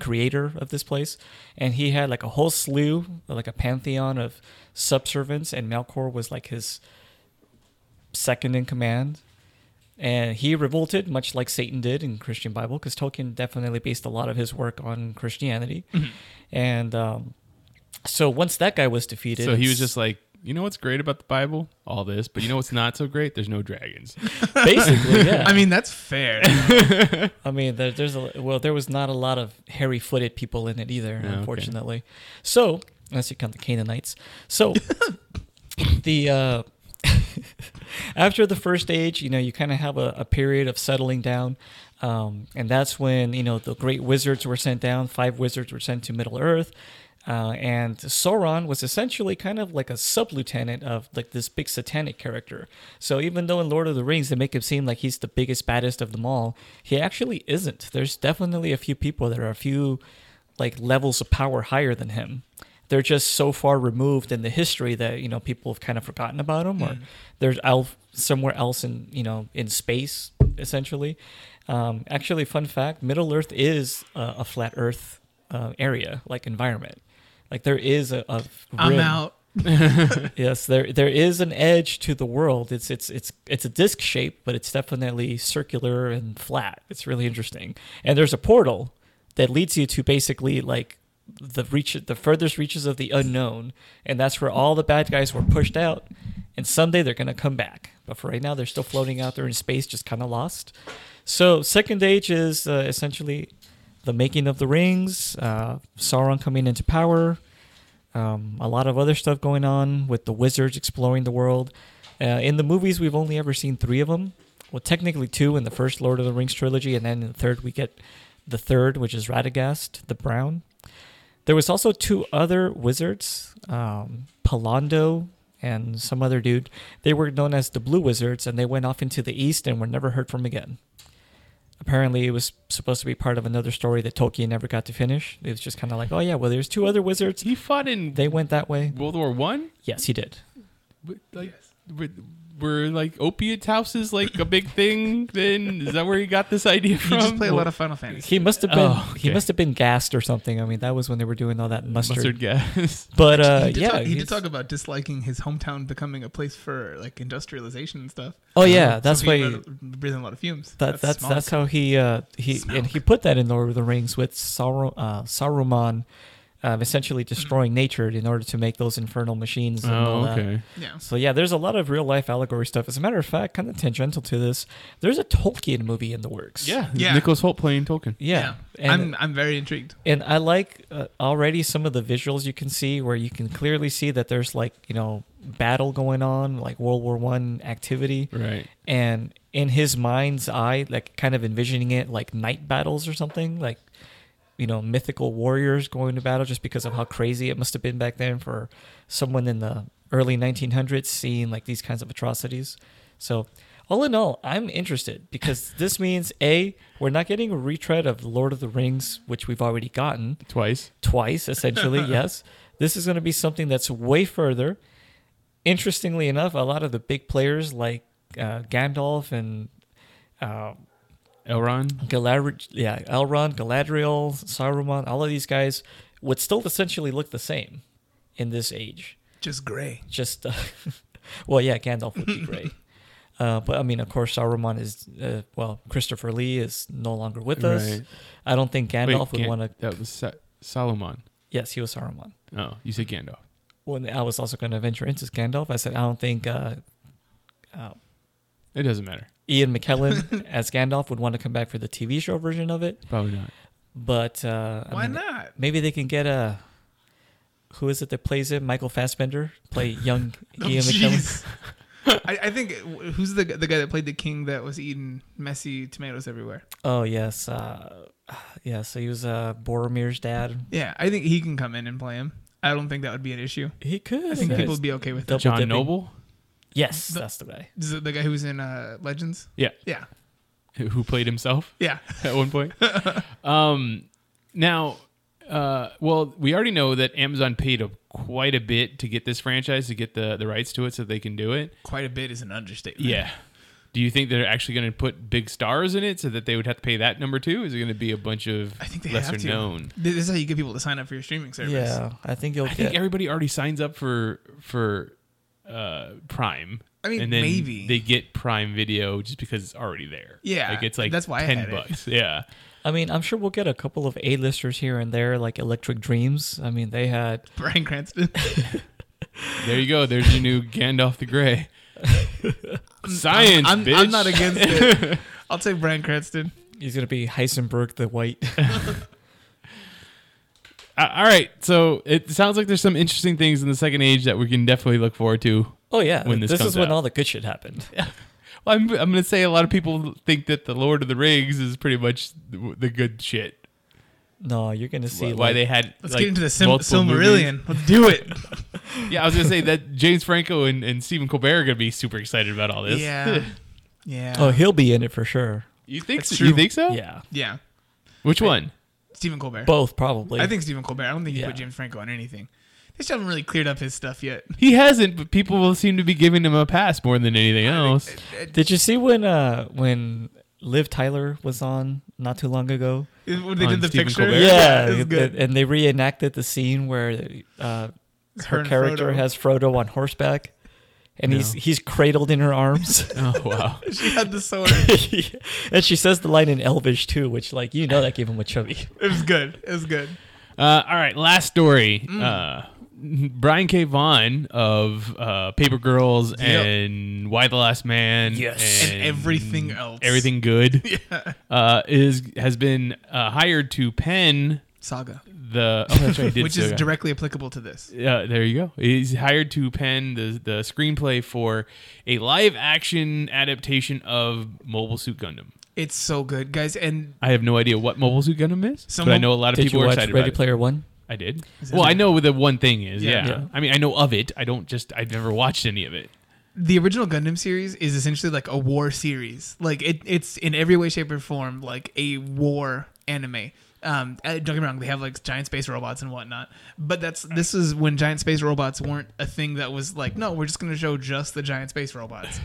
Speaker 9: creator of this place and he had like a whole slew like a pantheon of subservants and Melkor was like his second in command and he revolted much like satan did in christian bible
Speaker 8: Mm-hmm.
Speaker 9: because tolkien definitely based a lot of his work on christianity and um, So once that guy was defeated,
Speaker 8: So he was
Speaker 9: it's-
Speaker 8: just like, you know what's great about the Bible? All this, but you know what's not so great? There's no dragons.
Speaker 9: basically, yeah.
Speaker 7: I mean, that's fair.
Speaker 9: I mean, there, there's a well, there was not a lot of hairy-footed people in it either,
Speaker 8: okay.
Speaker 9: unfortunately. So, unless you count the Canaanites, so the uh, after the first age, you know, you kind of have a, a period of settling down, um, and that's when you know the great wizards were sent down. Five wizards were sent to Middle Earth. Uh, and Sauron was essentially kind of like a sub lieutenant of like this big satanic character. So even though in Lord of the Rings they make him seem like he's the biggest baddest of them all, he actually isn't. There's definitely a few people that are a few like levels of power higher than him. They're just so far removed in the history that you know people have kind of forgotten about them, or
Speaker 7: Mm.
Speaker 9: they're elf somewhere else in you know in space essentially. Um, actually, fun fact: Middle Earth is a, a flat Earth uh, area, like environment. Like there is a, a
Speaker 7: I'm
Speaker 9: rim.
Speaker 7: out.
Speaker 9: Yes, there there is an edge to the world. It's it's it's it's a disc shape, but it's definitely circular and flat. It's really interesting. And there's a portal that leads you to basically like the reach the furthest reaches of the unknown, and that's where all the bad guys were pushed out. And someday they're gonna come back, but for right now they're still floating out there in space, just kind of lost. So second age is uh, essentially the making of the rings, uh, Sauron coming into power, um, a lot of other stuff going on with the wizards exploring the world. Uh, in the movies, we've only ever seen three of them. Well, technically two in the first Lord of the Rings trilogy, and then in the third we get the third, which is Radagast the Brown. There was also two other wizards, um, Palando and some other dude. They were known as the Blue Wizards, and they went off into the east and were never heard from again. Apparently, it was supposed to be part of another story that Tolkien never got to finish. It was just kind of like, oh yeah, well, there's two other wizards.
Speaker 8: He fought in
Speaker 9: They went that way.
Speaker 8: World War One.
Speaker 9: Yes, he did.
Speaker 8: Wi- Like, wi- were like opiate houses like a big thing? Then is that where he got this idea
Speaker 7: You
Speaker 8: from?
Speaker 7: just play a lot of Final Fantasy.
Speaker 9: He must have been.
Speaker 8: Oh,
Speaker 9: He
Speaker 8: okay.
Speaker 9: must have been gassed or something. I mean, that was when they were doing all that mustard.
Speaker 8: mustard gas.
Speaker 9: But uh,
Speaker 7: He did,
Speaker 9: yeah,
Speaker 7: talk, he did
Speaker 9: he's-
Speaker 7: talk about disliking his hometown becoming a place for like industrialization and stuff.
Speaker 9: Oh yeah, that's
Speaker 7: so
Speaker 9: why.
Speaker 7: he breathed- breathed a lot of fumes.
Speaker 9: that, that's
Speaker 7: smog.
Speaker 9: that's how he uh, he and he put that in Lord of the Rings with Sauron, uh, Saruman, um, essentially destroying nature in order to make those infernal machines. And all
Speaker 8: Oh,
Speaker 9: that.
Speaker 8: okay.
Speaker 7: yeah.
Speaker 9: So yeah, there's a lot of real life allegory stuff. As a matter of fact, kind of tangential to this, there's a Tolkien movie in the works.
Speaker 8: Yeah,
Speaker 7: Yeah.
Speaker 8: Nicholas Holt playing Tolkien.
Speaker 9: yeah. And-
Speaker 7: I'm I'm very intrigued.
Speaker 9: and I like uh, already some of the visuals you can see where you can clearly see that there's like you know battle going on, like World War One activity,
Speaker 8: Right.
Speaker 9: and in his mind's eye, like kind of envisioning it like night battles or something, like you know mythical warriors going to battle, just because of how crazy it must have been back then for someone in the early 1900s seeing like these kinds of atrocities. So. All in all, I'm interested because this means A, we're not getting a retread of Lord of the Rings, which we've already gotten
Speaker 8: Twice.
Speaker 9: twice, essentially. yes, this is going to be something that's way further. Interestingly enough, a lot of the big players like uh, Gandalf and uh,
Speaker 8: Elrond.
Speaker 9: Galadriel, yeah, Elrond, Galadriel, Saruman, all of these guys would still essentially look the same in this age
Speaker 7: Just gray.
Speaker 9: just uh, well, yeah, Gandalf would be great. Uh, but I mean, of course, Saruman is uh, well. Christopher Lee is no longer with us.
Speaker 8: Right.
Speaker 9: I don't think Gandalf would
Speaker 8: Gan-
Speaker 9: want to.
Speaker 8: That was Sa- Solomon.
Speaker 9: Yes, he was Saruman.
Speaker 8: Oh, you said Gandalf.
Speaker 9: Well, I was also going to venture into Gandalf. I said I don't think uh,
Speaker 8: It doesn't matter.
Speaker 9: Ian McKellen as Gandalf would want to come back for the TV show version of it.
Speaker 8: Probably not.
Speaker 9: But uh, I
Speaker 7: Why
Speaker 9: mean,
Speaker 7: not?
Speaker 9: Maybe they can get a who is it that plays it? Michael Fassbender play young Ian McKellen.
Speaker 7: Oh, Jeez. I, I think uh, who's the the guy that played the king that was eating messy tomatoes everywhere?
Speaker 9: Oh yes, uh, yeah. So he was uh, Boromir's dad.
Speaker 7: Yeah, I think he can come in and play him. I don't think that would be an issue.
Speaker 9: He could.
Speaker 7: I think
Speaker 9: Yes.
Speaker 7: people would be okay with
Speaker 9: Double
Speaker 7: that.
Speaker 8: John
Speaker 9: dipping.
Speaker 8: Noble,
Speaker 9: Yes, that's the guy.
Speaker 7: Is it the guy who was in uh, Legends?
Speaker 8: Yeah.
Speaker 7: yeah,
Speaker 8: who played himself
Speaker 7: yeah.
Speaker 8: at one point. um, now, uh, well, we already know that Amazon paid a, quite a bit to get this franchise to get the the rights to it, so they can do it.
Speaker 7: Quite a bit is an understatement.
Speaker 8: Yeah. Do you think they're actually going to put big stars in it so that they would have to pay that number too? Is it going to be a bunch of
Speaker 7: I think they
Speaker 8: lesser
Speaker 7: have to.
Speaker 8: known?
Speaker 7: This is how you get people to sign up for your streaming service.
Speaker 9: Yeah, I think you'll
Speaker 8: I
Speaker 9: get.
Speaker 8: think everybody already signs up for for uh, Prime.
Speaker 7: I mean,
Speaker 8: and then
Speaker 7: maybe.
Speaker 8: they get Prime Video just because it's already there.
Speaker 7: Yeah,
Speaker 8: like it's like
Speaker 7: that's why I
Speaker 8: ten
Speaker 7: had it.
Speaker 8: bucks. Yeah,
Speaker 9: I mean, I'm sure we'll get a couple of A-listers here and there, like Electric Dreams. I mean, they had
Speaker 7: Brian Cranston.
Speaker 8: there you go. There's your new Gandalf the Grey. Science,
Speaker 7: I'm,
Speaker 8: bitch.
Speaker 7: I'm not against it. I'll take Brian Cranston.
Speaker 9: he's gonna be Heisenberg the White.
Speaker 8: Uh, all right, so it sounds like there's some interesting things in the second age that we can definitely look forward to.
Speaker 9: oh yeah,
Speaker 8: When this
Speaker 9: this
Speaker 8: comes
Speaker 9: is when
Speaker 8: out.
Speaker 9: all the good shit happened.
Speaker 8: Well, I'm, I'm gonna say a lot of people think that the Lord of the Rings is pretty much the, the good shit.
Speaker 9: No, you're gonna see
Speaker 8: Why
Speaker 9: like,
Speaker 8: they had
Speaker 7: Let's
Speaker 8: like,
Speaker 7: get into the Sim-
Speaker 8: multiple
Speaker 7: Silmarillion. Let's do it.
Speaker 8: movies. Yeah, I was gonna say that James Franco and, and Stephen Colbert are gonna be super excited about all this.
Speaker 7: yeah. Yeah.
Speaker 9: Oh, he'll be in it for sure.
Speaker 8: you think
Speaker 7: That's
Speaker 8: so? You
Speaker 7: true.
Speaker 8: think so?
Speaker 9: Yeah,
Speaker 7: yeah.
Speaker 8: Which one?
Speaker 7: Stephen Colbert.
Speaker 9: both probably.
Speaker 7: I think Stephen Colbert. I don't think you
Speaker 9: Yeah.
Speaker 7: put James Franco on anything. They still haven't really cleared up his stuff yet.
Speaker 8: He hasn't, but people will seem to be giving him a pass more than anything else.
Speaker 9: Did you see when uh when Liv Tyler was on not too long ago?
Speaker 7: When they
Speaker 8: On
Speaker 7: did the
Speaker 8: Stephen
Speaker 7: picture.
Speaker 8: Colbert?
Speaker 7: it was
Speaker 9: and-
Speaker 7: good.
Speaker 9: and they reenacted the scene where uh,
Speaker 7: Her
Speaker 9: her
Speaker 7: and
Speaker 9: character
Speaker 7: Frodo.
Speaker 9: has Frodo on horseback, and he's
Speaker 8: No.
Speaker 9: he's cradled in her arms,
Speaker 8: Oh wow!
Speaker 7: she had the sword.
Speaker 9: and she says the line in Elvish too, which like you know that gave him a chubby.
Speaker 7: It was good. It was good.
Speaker 8: Uh, all right, last story.
Speaker 7: Mm.
Speaker 8: Uh, Brian K. Vaughan of uh, Paper Girls and Why the Last Man,
Speaker 9: Yes.
Speaker 7: And everything else.
Speaker 8: everything good, uh, is has been uh, hired to pen
Speaker 7: Saga,
Speaker 8: the. Oh, that's right, I did
Speaker 7: which
Speaker 8: say
Speaker 7: is
Speaker 8: that.
Speaker 7: directly applicable to this.
Speaker 8: Yeah, there you go. He's hired to pen the the screenplay for a live action adaptation of Mobile Suit Gundam.
Speaker 7: It's so good, guys. And
Speaker 8: I have no idea what Mobile Suit Gundam is,
Speaker 7: So
Speaker 8: but I
Speaker 7: Mo-
Speaker 8: know a lot of
Speaker 9: Did
Speaker 8: people
Speaker 9: you
Speaker 8: are
Speaker 9: watch
Speaker 8: excited
Speaker 9: Ready
Speaker 8: about
Speaker 9: Player One?
Speaker 8: it. I did. Well, I know what the one thing is. Yeah.
Speaker 7: Yeah.
Speaker 9: Yeah.
Speaker 8: I mean, I know of it. I don't just. I've never watched any of it.
Speaker 7: the original Gundam series is essentially like a war series. Like it, it's in every way, shape, or form like a war anime. Um, uh, don't get me wrong; they have like giant space robots and whatnot. But that's this is when giant space robots weren't a thing that was like, no, we're just gonna show just the giant space robots.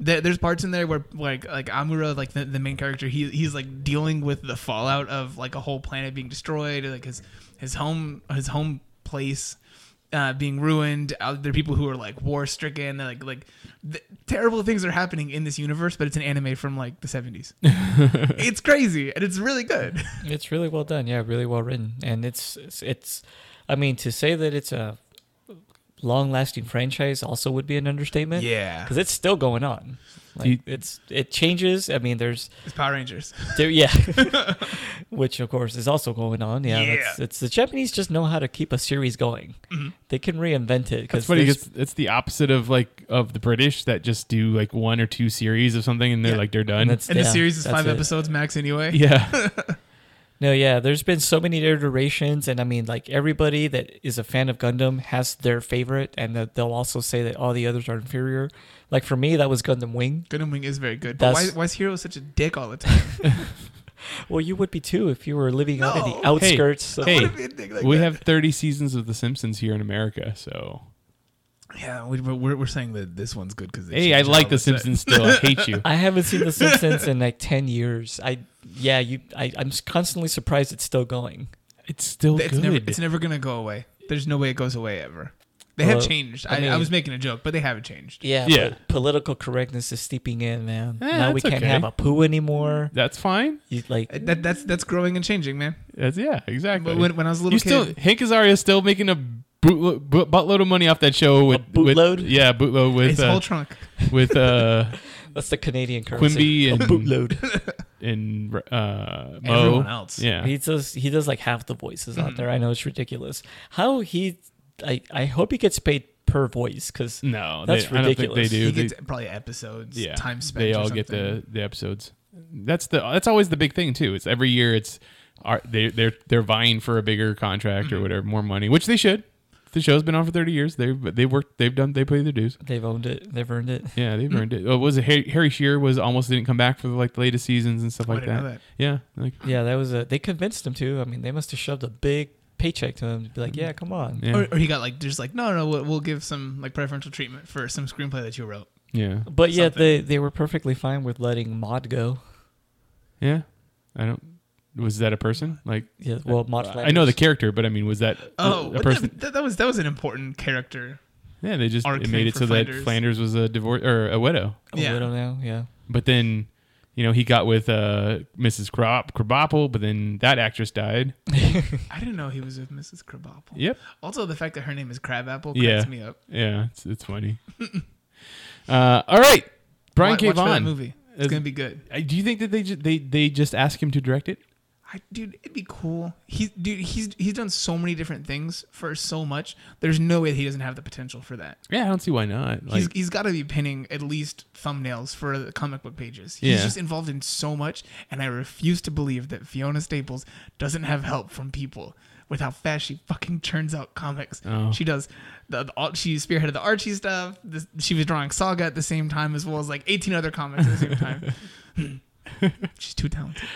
Speaker 7: there, there's parts in there where like like Amuro, like the, the main character, he he's like dealing with the fallout of like a whole planet being destroyed, like his his home his home place uh, being ruined. Out there are people who are like war stricken. They're like like th- terrible things are happening in this universe, but it's an anime from like the seventies. it's crazy and it's really good.
Speaker 9: It's really well done. Yeah, really well written. And it's it's, it's I mean to say that it's a long-lasting franchise also would be an understatement.
Speaker 7: Yeah,
Speaker 9: Cuz it's still going on. Like
Speaker 8: you-
Speaker 9: it's it changes. I mean there's
Speaker 7: it's Power Rangers.
Speaker 9: there yeah. Which of course is also going on. Yeah.
Speaker 7: Yeah. Mm-hmm.
Speaker 9: It's, it's the Japanese just know how to keep a series going. They can reinvent it cuz
Speaker 8: That's funny. It's, it's the opposite of like of the British that just do like one or two series of something and they're
Speaker 7: Yeah.
Speaker 8: like they're done.
Speaker 7: And the series is five episodes max anyway.
Speaker 8: yeah.
Speaker 9: No, yeah, there's been so many iterations, and I mean, like everybody that is a fan of Gundam has their favorite, and that they'll also say that all the others are inferior. Like for me, that was Gundam Wing.
Speaker 7: Gundam Wing is very good. But why,
Speaker 9: That's-
Speaker 7: why is Hero such a dick all the time?
Speaker 9: Well, you would be too if you were living out in
Speaker 7: No.
Speaker 9: the outskirts. of,
Speaker 8: hey,
Speaker 7: Be a dick like
Speaker 8: we
Speaker 7: that.
Speaker 8: have 30 seasons of The Simpsons here in America, so
Speaker 7: yeah, we, but we're, we're saying that this one's good because
Speaker 8: hey, I like The Simpsons still. I hate you.
Speaker 9: I haven't seen The Simpsons in like ten years. I yeah, you, I, I'm s- constantly surprised it's still going.
Speaker 8: It's still
Speaker 7: It's
Speaker 8: good.
Speaker 7: never it's never gonna go away. There's no way it goes away ever. They have
Speaker 9: Well,
Speaker 7: changed.
Speaker 9: I
Speaker 7: I, I,
Speaker 9: mean-
Speaker 7: was making a joke, but they haven't changed.
Speaker 9: Yeah,
Speaker 8: Yeah.
Speaker 9: but political correctness is steeping in, man.
Speaker 8: Eh,
Speaker 9: now we
Speaker 8: that's
Speaker 9: can't
Speaker 8: okay.
Speaker 9: have a poo anymore.
Speaker 8: That's fine.
Speaker 9: You, like
Speaker 7: That, that's that's growing and changing, man.
Speaker 8: That's yeah, exactly.
Speaker 7: But when, when I was a little
Speaker 8: you
Speaker 7: kid,
Speaker 8: still Hank Azaria is still making a boot, boot, buttload of money off that show with with-
Speaker 9: bootload?
Speaker 8: yeah, bootload
Speaker 7: his
Speaker 8: with
Speaker 7: whole
Speaker 8: uh,
Speaker 7: trunk.
Speaker 8: with uh,
Speaker 9: that's the Canadian currency.
Speaker 8: Quimby and
Speaker 9: a bootload.
Speaker 8: and uh, Mo.
Speaker 7: Everyone else.
Speaker 8: Yeah, Mm-hmm.
Speaker 9: He does he does like half the voices out there. I know it's ridiculous. How he I I hope he gets paid per voice cuz
Speaker 8: no,
Speaker 9: That's
Speaker 8: they, I don't think
Speaker 9: ridiculous.
Speaker 8: they do.
Speaker 7: He
Speaker 8: They-
Speaker 7: gets probably episodes,
Speaker 8: yeah,
Speaker 7: time spent.
Speaker 8: they
Speaker 7: or
Speaker 8: all get
Speaker 7: something.
Speaker 8: the the episodes. That's the that's always the big thing too. It's every year. It's are they they're they're vying for a bigger contract
Speaker 7: Mm-hmm.
Speaker 8: or whatever, more money, which they should. The show's been on for thirty years. They've they've worked. They've done. They pay their dues.
Speaker 9: they've owned it. They've earned it.
Speaker 8: Yeah,
Speaker 7: Mm.
Speaker 8: they've earned it. Oh, was it Harry, Harry Shearer was almost didn't come back for like the latest seasons and stuff
Speaker 7: I
Speaker 8: like
Speaker 7: didn't know that.
Speaker 8: Yeah, like
Speaker 9: Yeah, that was a they convinced him to. I mean, they must have shoved a big paycheck to him to be like, "Yeah, come on."
Speaker 8: yeah,
Speaker 7: Or, or he got like just like no, no, we'll, we'll give some like preferential treatment for some screenplay that you wrote.
Speaker 8: yeah,
Speaker 9: But yet
Speaker 7: Something.
Speaker 9: they they were perfectly fine with letting Mod go.
Speaker 8: yeah. I don't. Was that a person? Like
Speaker 9: Yeah, well, Mod
Speaker 8: I know the
Speaker 9: Flanders.
Speaker 8: character, but I mean, was that a-
Speaker 7: Oh,
Speaker 8: a
Speaker 7: but
Speaker 8: person?
Speaker 7: That, that was that was an important character
Speaker 8: Yeah, they just
Speaker 7: Arc
Speaker 8: it
Speaker 7: thing
Speaker 8: made it
Speaker 7: for
Speaker 8: so that
Speaker 7: Flanders.
Speaker 8: Flanders was a divorce or a widow.
Speaker 9: A
Speaker 7: Yeah.
Speaker 9: widow now, yeah.
Speaker 8: But then, you know, he got with uh, Mrs. Krop, Krabappel, but then that actress died.
Speaker 7: I didn't know he was with Mrs. Crabapple.
Speaker 8: Yep.
Speaker 7: Also, the fact that her name is Crabapple cracks
Speaker 8: Yeah.
Speaker 7: me up.
Speaker 8: Yeah, it's, it's funny. uh, all right, Brian
Speaker 7: Wa-
Speaker 8: K.
Speaker 7: watch for that
Speaker 8: Vaughan.
Speaker 7: movie. It's
Speaker 8: Is-
Speaker 7: gonna be good.
Speaker 8: Uh, Do you think that they just, they they just ask him to direct it?
Speaker 7: I, dude, it'd be cool. He's dude. He's he's done so many different things for so much. There's no way that he doesn't have the potential for that.
Speaker 8: Yeah, I don't see why not. Like,
Speaker 7: he's e- he's got to be pinning at least thumbnails for the comic book pages.
Speaker 8: Yeah.
Speaker 7: He's just involved in so much, and I refuse to believe that Fiona Staples doesn't have help from people with how fast she fucking turns out comics.
Speaker 8: Oh.
Speaker 7: She does. The, the all- she spearheaded the Archie stuff. This, she was drawing Saga at the same time, as well as like 18 other comics at the same time. She's too talented.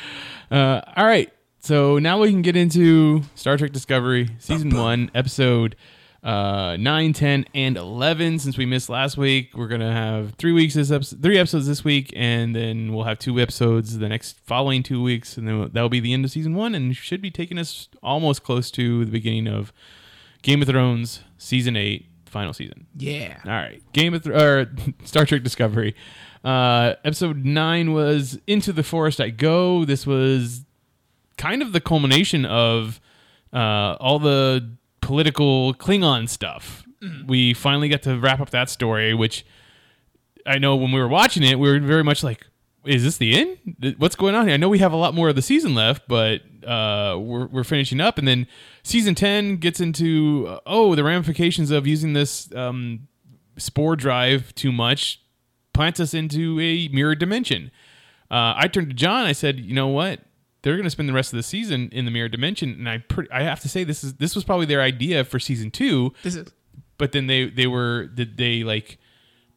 Speaker 8: Uh, all right. So now we can get into Star Trek Discovery, Season 1, Episode uh, 9, 10, and 11. Since we missed last week, we're going to have three weeks this episode, three episodes this week, and then we'll have two episodes the next following two weeks, and then that'll be the end of Season 1, and should be taking us almost close to the beginning of Game of Thrones Season 8, final season.
Speaker 7: Yeah.
Speaker 8: All right, Game of Th- or Star Trek Discovery. Uh, episode nine was Into the Forest I Go. This was kind of the culmination of uh, all the political Klingon stuff. We finally got to wrap up that story, which I know when we were watching it, we were very much like, "Is this the end? Th- What's going on here?" I know we have a lot more of the season left, but uh, we're we're finishing up, and then season ten gets into uh, oh the ramifications of using this um, spore drive too much plants us into a mirror dimension. Uh, I turned to John. I said, "You know what? They're going to spend the rest of the season in the mirror dimension." And I pretty, I have to say this is this was probably their idea for season two
Speaker 7: This is
Speaker 8: but then they they were did they like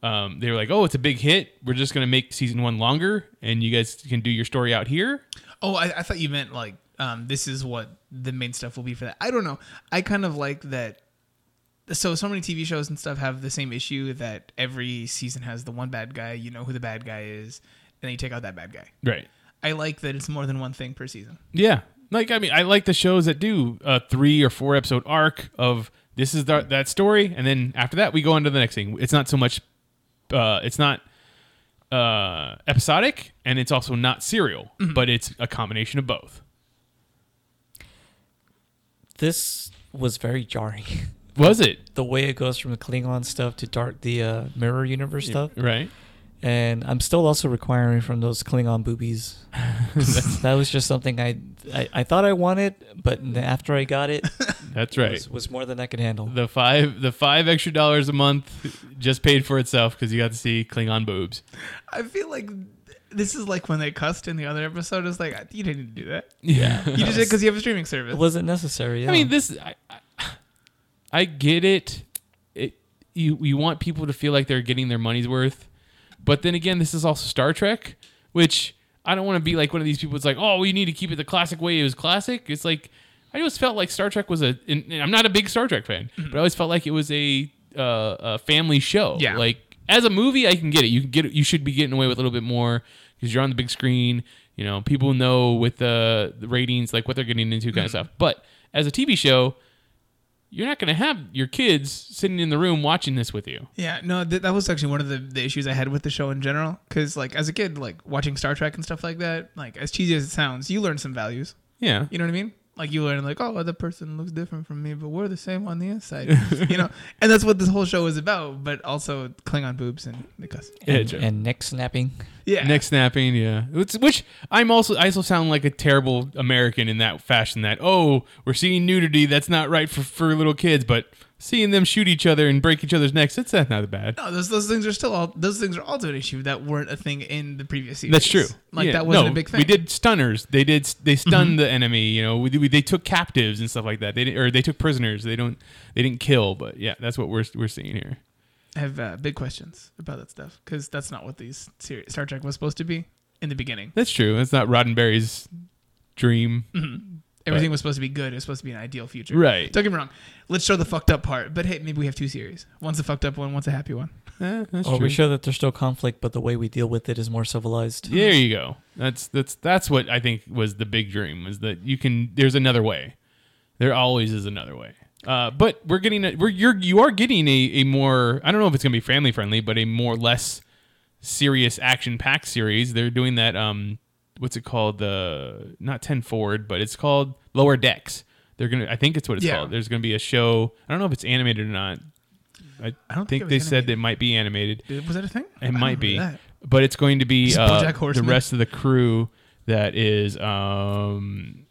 Speaker 8: um they were like oh it's a big hit we're just gonna make season one longer and you guys can do your story out here
Speaker 7: Oh, I, I thought you meant like um, this is what the main stuff will be for that. I don't know. I kind of like that. So so many TV shows and stuff have the same issue that every season has the one bad guy. You know who the bad guy is, and then you take out that bad guy.
Speaker 8: right
Speaker 7: I like that it's more than one thing per season.
Speaker 8: yeah like i mean i like the shows that do a three or four episode arc of this is the, that story and then after that we go on to the next thing it's not so much uh it's not uh episodic and it's also not serial but it's a combination of both
Speaker 9: This was very jarring.
Speaker 8: was it
Speaker 9: the way it goes from the Klingon stuff to dark the uh, mirror universe stuff.
Speaker 8: right
Speaker 9: And I'm still also requiring from those Klingon boobies. that was just something I, I I thought I wanted, but n- after I got it,
Speaker 8: that's right
Speaker 9: was, was more than I could handle.
Speaker 8: the five the five extra dollars a month just paid for itself because you got to see Klingon boobs.
Speaker 7: I feel like th- this is like when they cussed in the other episode. It's like you didn't need to do that.
Speaker 8: Yeah,
Speaker 7: You just did because you have a streaming service.
Speaker 9: it wasn't necessary.
Speaker 8: I mean this. I, I, I get it. It you you want people to feel like they're getting their money's worth, but then again, this is also Star Trek, which I don't want to be like one of these people. that's like, oh, we need to keep it the classic way it was classic. It's like I always felt like Star Trek was a. And, and I'm not a big Star Trek fan, but I always felt like it was a uh, a family show.
Speaker 7: Yeah.
Speaker 8: like. As a movie, I can get it. You can get. You should be getting away with a little bit more because you're on the big screen. You know, people know with the, the ratings, like what they're getting into, kind of stuff. But as a TV show, you're not going to have your kids sitting in the room watching this with you.
Speaker 7: Yeah, no, th- that was actually one of the, the issues I had with the show in general. Because like as a kid, like watching Star Trek and stuff like that, like as cheesy as it sounds, you learn some values.
Speaker 8: Yeah.
Speaker 7: You know what I mean? Like you learn, like, oh, the person looks different from me, but we're the same on the inside. you know, and that's what this whole show is about. But also Klingon boobs and the cuss.
Speaker 8: Yeah,
Speaker 9: and,
Speaker 8: sure.
Speaker 9: and neck snapping.
Speaker 7: Yeah,
Speaker 8: Neck snapping, yeah. Which, which I'm also I also sound like a terrible American in that fashion. That oh, we're seeing nudity. That's not right for for little kids. But seeing them shoot each other and break each other's necks, it's that's not bad.
Speaker 7: No, those those things are still all those things are also an issue that weren't a thing in the previous season.
Speaker 8: That's true.
Speaker 7: Like
Speaker 8: Yeah,
Speaker 7: that wasn't
Speaker 8: no,
Speaker 7: a big thing.
Speaker 8: We did stunners. They did they stunned the enemy. You know, we, we, they took captives and stuff like that. They didn't, or they took prisoners. They don't they didn't kill. But yeah, that's what we're we're seeing here.
Speaker 7: I have uh, big questions about that stuff because that's not what these series, Star Trek was supposed to be in the beginning.
Speaker 8: That's true. That's not Roddenberry's dream.
Speaker 7: Everything was supposed to be good. It was supposed to be an ideal future.
Speaker 8: Right.
Speaker 7: Don't get me wrong. Let's show the fucked up part. But hey, maybe we have two series. One's a fucked up one. One's a happy one.
Speaker 8: Eh, that's
Speaker 9: Or
Speaker 8: true.
Speaker 9: we show that there's still conflict, but the way we deal with it is more civilized.
Speaker 8: There you go. That's that's that's what I think was the big dream was that you can. There's another way. There always is another way. Uh, but we're getting a, we're you're you are getting a, a more I don't know if it's gonna be family friendly, but a more less serious action packed series. They're doing that um what's it called the not ten forward, but it's called Lower Decks. They're gonna I think it's what it's
Speaker 7: Yeah.
Speaker 8: called. There's gonna be a show. I don't know if it's animated or not. I,
Speaker 7: I don't think
Speaker 8: think,
Speaker 7: it was
Speaker 8: they said
Speaker 7: animated.
Speaker 8: it might be animated.
Speaker 7: Did- Was that a thing? I
Speaker 8: It
Speaker 7: don't
Speaker 8: might
Speaker 7: remember
Speaker 8: be,
Speaker 7: that.
Speaker 8: but it's going to be
Speaker 7: Just
Speaker 8: uh,
Speaker 7: BoJack
Speaker 8: the
Speaker 7: Horseman?
Speaker 8: rest of the crew that is. Um,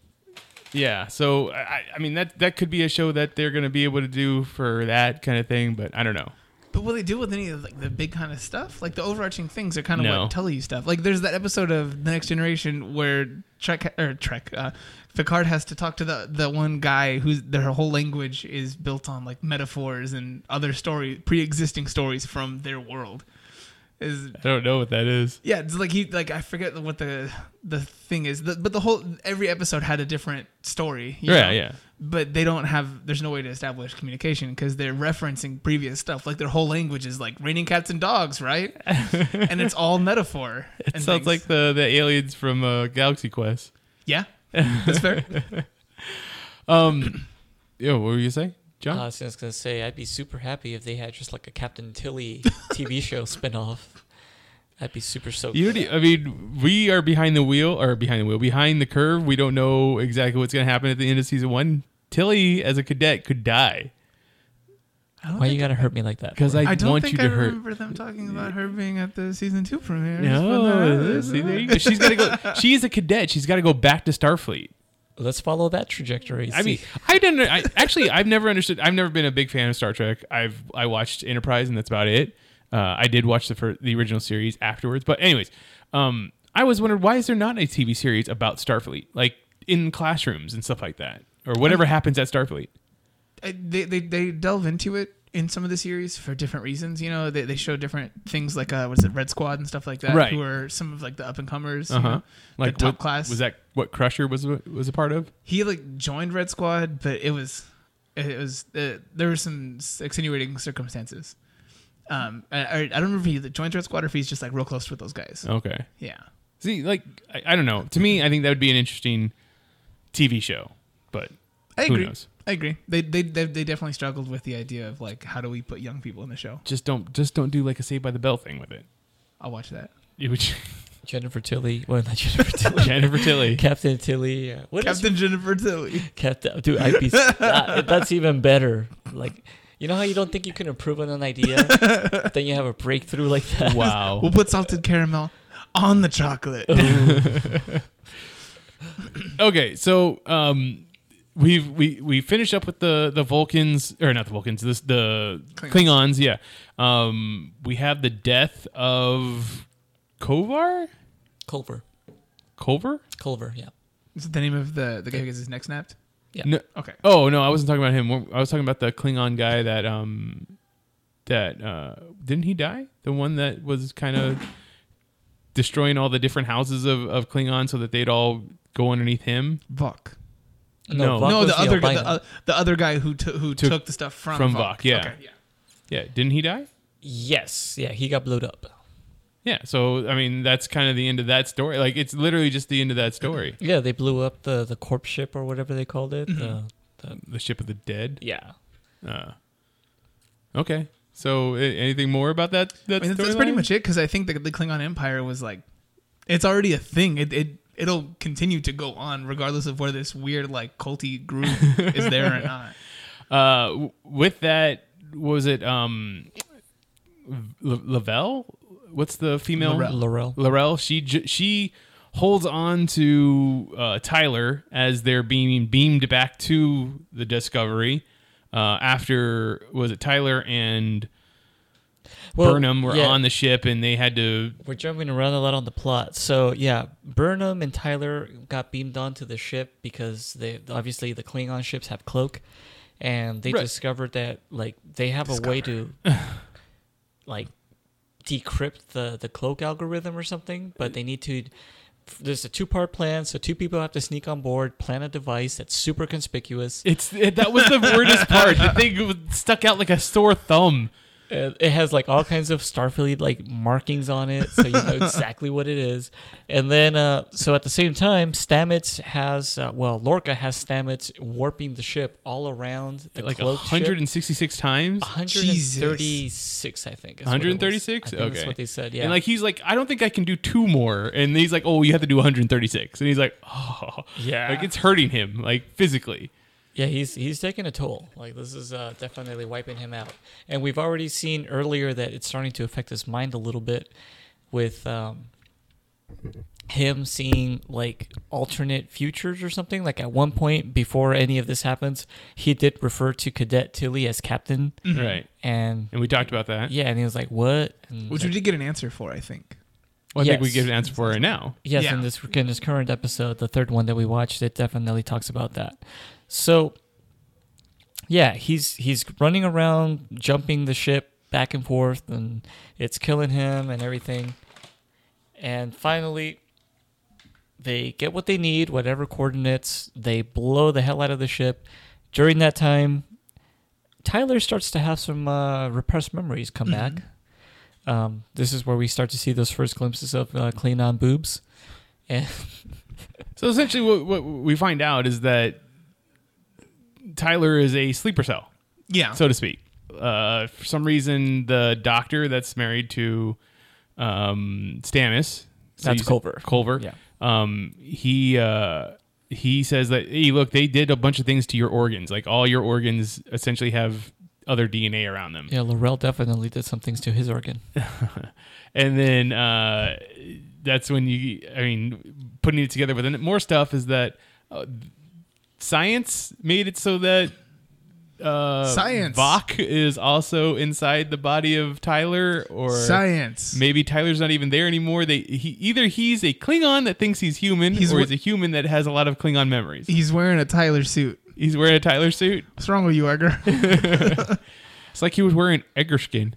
Speaker 8: yeah, so I, I- I mean that that could be a show that they're going to be able to do for that kind of thing, but I don't know.
Speaker 7: But will they deal with any of like the big kind of stuff? Like the overarching things are kind of
Speaker 8: No.
Speaker 7: what tell you stuff. Like there's that episode of The Next Generation where Trek or Trek uh, Picard has to talk to the the one guy whose their whole language is built on like metaphors and other story pre-existing stories from their world. Is
Speaker 8: I don't know what that is.
Speaker 7: yeah, it's like he like I forget what the the thing is, the, but the whole every episode had a different story. you
Speaker 8: Yeah,
Speaker 7: know?
Speaker 8: yeah.
Speaker 7: But they don't have. There's no way to establish communication because they're referencing previous stuff. Like their whole language is like raining cats and dogs, right? and it's all metaphor.
Speaker 8: It
Speaker 7: and
Speaker 8: sounds
Speaker 7: things.
Speaker 8: like the the aliens from uh, Galaxy Quest.
Speaker 7: yeah, that's fair.
Speaker 8: Um, yo, what were you saying, John?
Speaker 9: Uh, I was just gonna say I'd be super happy if they had just like a Captain Tilly TV show spinoff. I'd be super stoked.
Speaker 8: You
Speaker 9: for
Speaker 8: already, uh,
Speaker 9: that.
Speaker 8: I mean, we are behind the wheel, or behind the wheel, behind the curve. We don't know exactly what's going to happen at the end of season one. Tilly, as a cadet, could die
Speaker 9: Why you gotta hurt me like that?
Speaker 8: because
Speaker 9: for?
Speaker 8: I,
Speaker 7: I don't
Speaker 8: want
Speaker 7: think
Speaker 8: you
Speaker 7: I
Speaker 8: to hurt.
Speaker 7: remember them talking about her being at the season two premiere.
Speaker 8: No, see, there you go. She's got to go. She is a cadet. She's got to go back to Starfleet.
Speaker 9: let's follow that trajectory.
Speaker 8: I mean,
Speaker 9: see.
Speaker 8: I didn't. I, actually, I've never understood. I've never been a big fan of Star Trek. I've I watched Enterprise, and that's about it. Uh, I did watch the fir- the original series afterwards, but anyways, um, I was wondering why is there not a TV series about Starfleet, like in classrooms and stuff like that, or whatever happens at Starfleet.
Speaker 7: I- they, they they delve into it in some of the series for different reasons. You know, they, they show different things like uh, what's it Red Squad and stuff like that,
Speaker 8: Right.
Speaker 7: who are some of like the up and comers,
Speaker 8: Uh huh.
Speaker 7: like top
Speaker 8: what,
Speaker 7: class.
Speaker 8: was that what Crusher was was a part of?
Speaker 7: he like joined Red Squad, but it was it was uh, there were some s- extenuating circumstances. Um, I, I I don't remember if he like, joined Red Squad or if he's just like real close with those guys.
Speaker 8: Okay.
Speaker 7: Yeah,
Speaker 8: See, like I, I don't know. To me, I think that would be an interesting TV show, but
Speaker 7: I
Speaker 8: Who
Speaker 7: agree.
Speaker 8: knows?
Speaker 7: I agree. They, they they they definitely struggled with the idea of like how do we put young people in the show.
Speaker 8: just don't just don't do like a Saved by the Bell thing with it.
Speaker 7: I'll watch that.
Speaker 8: It would
Speaker 9: Jennifer Tilly. Well, not Jennifer Tilly.
Speaker 8: Jennifer Tilly.
Speaker 9: Captain Tilly. Uh, what is
Speaker 7: Captain Jennifer Tilly.
Speaker 9: Captain, dude, I'd be, that, that's even better. Like, you know how you don't think you can improve on an idea, but then you have a breakthrough like that.
Speaker 8: Wow.
Speaker 7: We'll put salted caramel on the chocolate.
Speaker 8: okay, so um we've we we finished up with the the Vulcans or not the Vulcans, this the Klingons, yeah. Um we have the death of Kovar?
Speaker 9: Culver,
Speaker 8: Culver?
Speaker 9: Culver, yeah.
Speaker 7: Is it the name of the the guy who gets his neck snapped?
Speaker 8: No,
Speaker 7: Okay.
Speaker 8: oh no, I wasn't talking about him. I was talking about the Klingon guy that um that uh didn't he die? The one that was kind of destroying all the different houses of of Klingon so that they'd all go underneath him.
Speaker 7: Vok.
Speaker 8: No.
Speaker 9: Vok
Speaker 7: No,
Speaker 9: was
Speaker 7: the other guy,
Speaker 9: albino.
Speaker 7: the, uh, the other guy who t- who
Speaker 8: Took-
Speaker 7: took, the stuff from
Speaker 8: from
Speaker 7: Vok.
Speaker 8: Vok, yeah.
Speaker 7: Okay, yeah.
Speaker 8: Yeah, didn't he die?
Speaker 9: yes, yeah, he got blowed up.
Speaker 8: Yeah, so I mean that's kind of the end of that story. Like it's literally just the end of that story.
Speaker 9: Yeah, they blew up the the corpse ship or whatever they called it. The, the,
Speaker 8: The ship of the dead.
Speaker 9: yeah,
Speaker 8: Uh, okay. So a- anything more about that?
Speaker 7: I
Speaker 8: that
Speaker 7: mean, that's, that's
Speaker 8: storyline?
Speaker 7: pretty much it because I think the, the Klingon Empire was like, it's already a thing. It it it'll continue to go on regardless of where this weird like culty group is there or not.
Speaker 8: Uh, w- with that, what was it um, L- Lavelle? What's the female?
Speaker 7: Laurel.
Speaker 9: Laurel.
Speaker 8: Laurel. She j- she holds on to uh, Tyler as they're being beamed back to the Discovery. Uh, after was it Tyler and
Speaker 9: Well,
Speaker 8: Burnham were
Speaker 9: yeah,
Speaker 8: on the ship and they had to
Speaker 9: We're jumping around a lot on the plot. So yeah, Burnham and Tyler got beamed onto the ship because they obviously the Klingon ships have cloak, and they
Speaker 8: Right.
Speaker 9: discovered that like they have a way to like decrypt the the cloak algorithm or something, but they need to. There's a two part plan, so two people have to sneak on board, plan a device that's super conspicuous.
Speaker 8: It's it, that was the weirdest part. The thing was- stuck out like a sore thumb.
Speaker 9: Uh, It has like all kinds of Starfleet like markings on it, so you know exactly what it is. And then, uh, so at the same time, Stamets has uh, well, Lorca has Stamets warping the ship all around the
Speaker 8: like
Speaker 9: cloaked ship.
Speaker 8: 166 times.
Speaker 9: 136, I think. is what it was.
Speaker 8: 136?
Speaker 9: I think
Speaker 8: okay.
Speaker 9: That's what they said, yeah.
Speaker 8: And like he's like, I don't think I can do two more. And he's like, Oh, you have to do 136. And he's like, Oh,
Speaker 9: Yeah.
Speaker 8: Like it's hurting him, like physically.
Speaker 9: Yeah, he's he's taking a toll. Like this is uh, definitely wiping him out, and we've already seen earlier that it's starting to affect his mind a little bit, with um, him seeing like alternate futures or something. Like at one point before any of this happens, he did refer to Cadet Tilly as Captain,
Speaker 8: Right.
Speaker 9: and
Speaker 8: And we talked about that.
Speaker 9: Mm-hmm. yeah, and he was like, "What?" And
Speaker 7: Which we did get an answer for, I think.
Speaker 8: Well, I think we
Speaker 9: Yes.
Speaker 8: give an answer for it now.
Speaker 9: Yes,
Speaker 7: Yeah.
Speaker 9: in this in this current episode, the third one that we watched, it definitely talks about that. So, yeah, he's he's running around, jumping the ship back and forth, and it's killing him and everything. And finally, they get what they need, whatever coordinates. They blow the hell out of the ship. During that time, Tyler starts to have some uh, repressed memories come back. Um, this is where we start to see those first glimpses of uh, Klingon boobs. And
Speaker 8: So essentially, what, what we find out is that Tyler is a sleeper cell,
Speaker 7: Yeah.
Speaker 8: so to speak. Uh, for some reason, the doctor that's married to um, Stamis, so
Speaker 9: That's
Speaker 8: you said-
Speaker 9: Culver.
Speaker 8: Culver,
Speaker 9: Yeah.
Speaker 8: Um, he uh, he says that hey, look, they did a bunch of things to your organs. Like all your organs essentially have other DNA around them.
Speaker 9: yeah, Laurel definitely did some things to his organ.
Speaker 8: and then uh, that's when you i mean putting it together with more stuff is that uh, science made it so that uh
Speaker 7: Science.
Speaker 8: Bach is also inside the body of Tyler or
Speaker 7: Science.
Speaker 8: maybe Tyler's not even there anymore they he either he's a Klingon that thinks he's human
Speaker 7: He's
Speaker 8: or
Speaker 7: wh-
Speaker 8: he's a human that has a lot of Klingon memories
Speaker 7: He's wearing a Tyler suit.
Speaker 8: he's wearing a Tyler suit
Speaker 7: What's wrong with you, Edgar?
Speaker 8: it's like he was wearing Edgar skin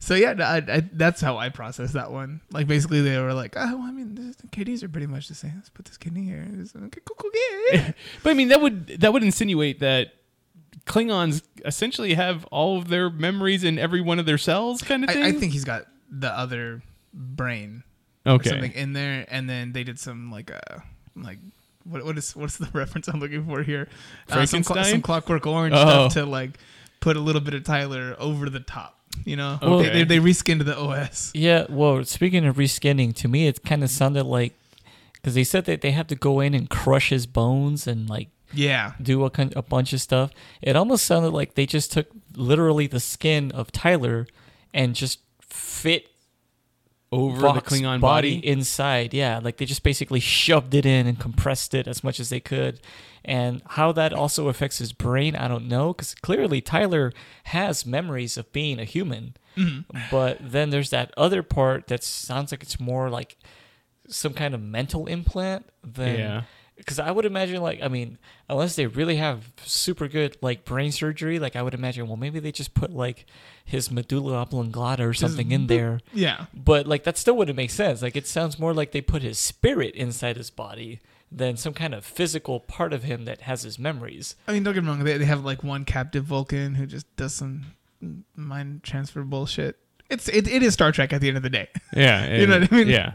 Speaker 7: so yeah, I, I, that's how I process that one. Like basically, they were like, "Oh, well, I mean, this, the kidneys are pretty much the same. Let's put this kidney here." And it's like, okay, cool, cool, yeah, yeah.
Speaker 8: But I mean, that would that would insinuate that Klingons essentially have all of their memories in every one of their cells, kind of thing.
Speaker 7: I, I think he's got the other brain or
Speaker 8: okay.
Speaker 7: something in there, and then they did some like uh like what what is what's the reference I'm looking for here? Uh, some, clo-
Speaker 8: Frankenstein?
Speaker 7: some Clockwork Orange
Speaker 8: Oh.
Speaker 7: stuff to like put a little bit of Tyler over the top. You know,
Speaker 8: Okay.
Speaker 7: they, they, they reskinned the OS.
Speaker 9: Yeah, well, speaking of reskinning, to me it kind of sounded like because they said that they have to go in and crush his bones and like
Speaker 7: Yeah,
Speaker 9: do a, con- a bunch of stuff. It almost sounded like they just took literally the skin of Tyler and just fit
Speaker 8: Over
Speaker 9: Bach's
Speaker 8: the Klingon body.
Speaker 9: inside. Yeah, like they just basically shoved it in and compressed it as much as they could. And how that also affects his brain, I don't know, because clearly Tyler has memories of being a human.
Speaker 8: Mm-hmm.
Speaker 9: But then there's that other part that sounds like it's more like some kind of mental implant than.
Speaker 8: Yeah.
Speaker 9: Because I would imagine, like, I mean, unless they really have super good, like, brain surgery, like, I would imagine, well, maybe they just put, like, his medulla oblongata or something in there
Speaker 7: yeah.
Speaker 9: but like that still wouldn't make sense. Like it sounds more like they put his spirit inside his body than some kind of physical part of him that has his memories.
Speaker 7: I mean, don't get me wrong. They, they have like one captive Vulcan who just does some mind transfer bullshit. It's it, it is Star Trek at the end of the day.
Speaker 8: yeah, yeah.
Speaker 7: You know what I mean?
Speaker 8: Yeah.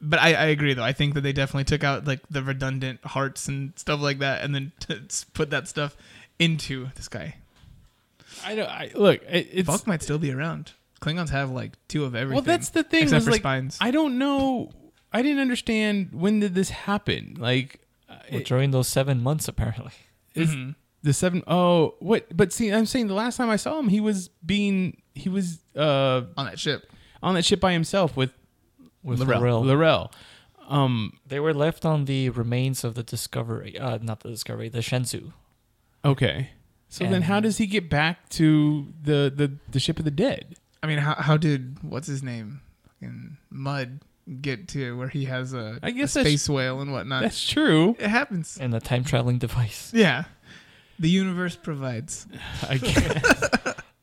Speaker 7: But I, I agree though. I think that they definitely took out like the redundant hearts and stuff like that, and then t- s- put that stuff into this guy.
Speaker 8: I don't. I, look, it, it's
Speaker 7: Vulk might still be around. Klingons have like two of everything.
Speaker 8: well. That's the thing.
Speaker 7: Except
Speaker 8: is,
Speaker 7: for
Speaker 8: like,
Speaker 7: spines.
Speaker 8: I don't know. I didn't understand when did this happen. Like
Speaker 9: Well, during those seven months, apparently.
Speaker 8: is the seven oh what? But see, I'm saying the last time I saw him, he was being he was uh
Speaker 7: on that ship.
Speaker 8: on that ship by himself with
Speaker 9: With Lorel.
Speaker 7: Lorel.
Speaker 8: Lorel. Um,
Speaker 9: They were left on the remains of the Discovery, uh, not the Discovery, the Shenzhou.
Speaker 8: Okay. So then
Speaker 9: And-
Speaker 8: how does he get back to the, the, the ship of the dead?
Speaker 7: I mean, how how did what's his name, fucking Mud, get to where he has a,
Speaker 8: I guess
Speaker 7: a
Speaker 8: that's-
Speaker 7: space whale and whatnot?
Speaker 8: That's true.
Speaker 7: it happens.
Speaker 9: And the time traveling device.
Speaker 7: Yeah, the universe provides.
Speaker 8: I guess.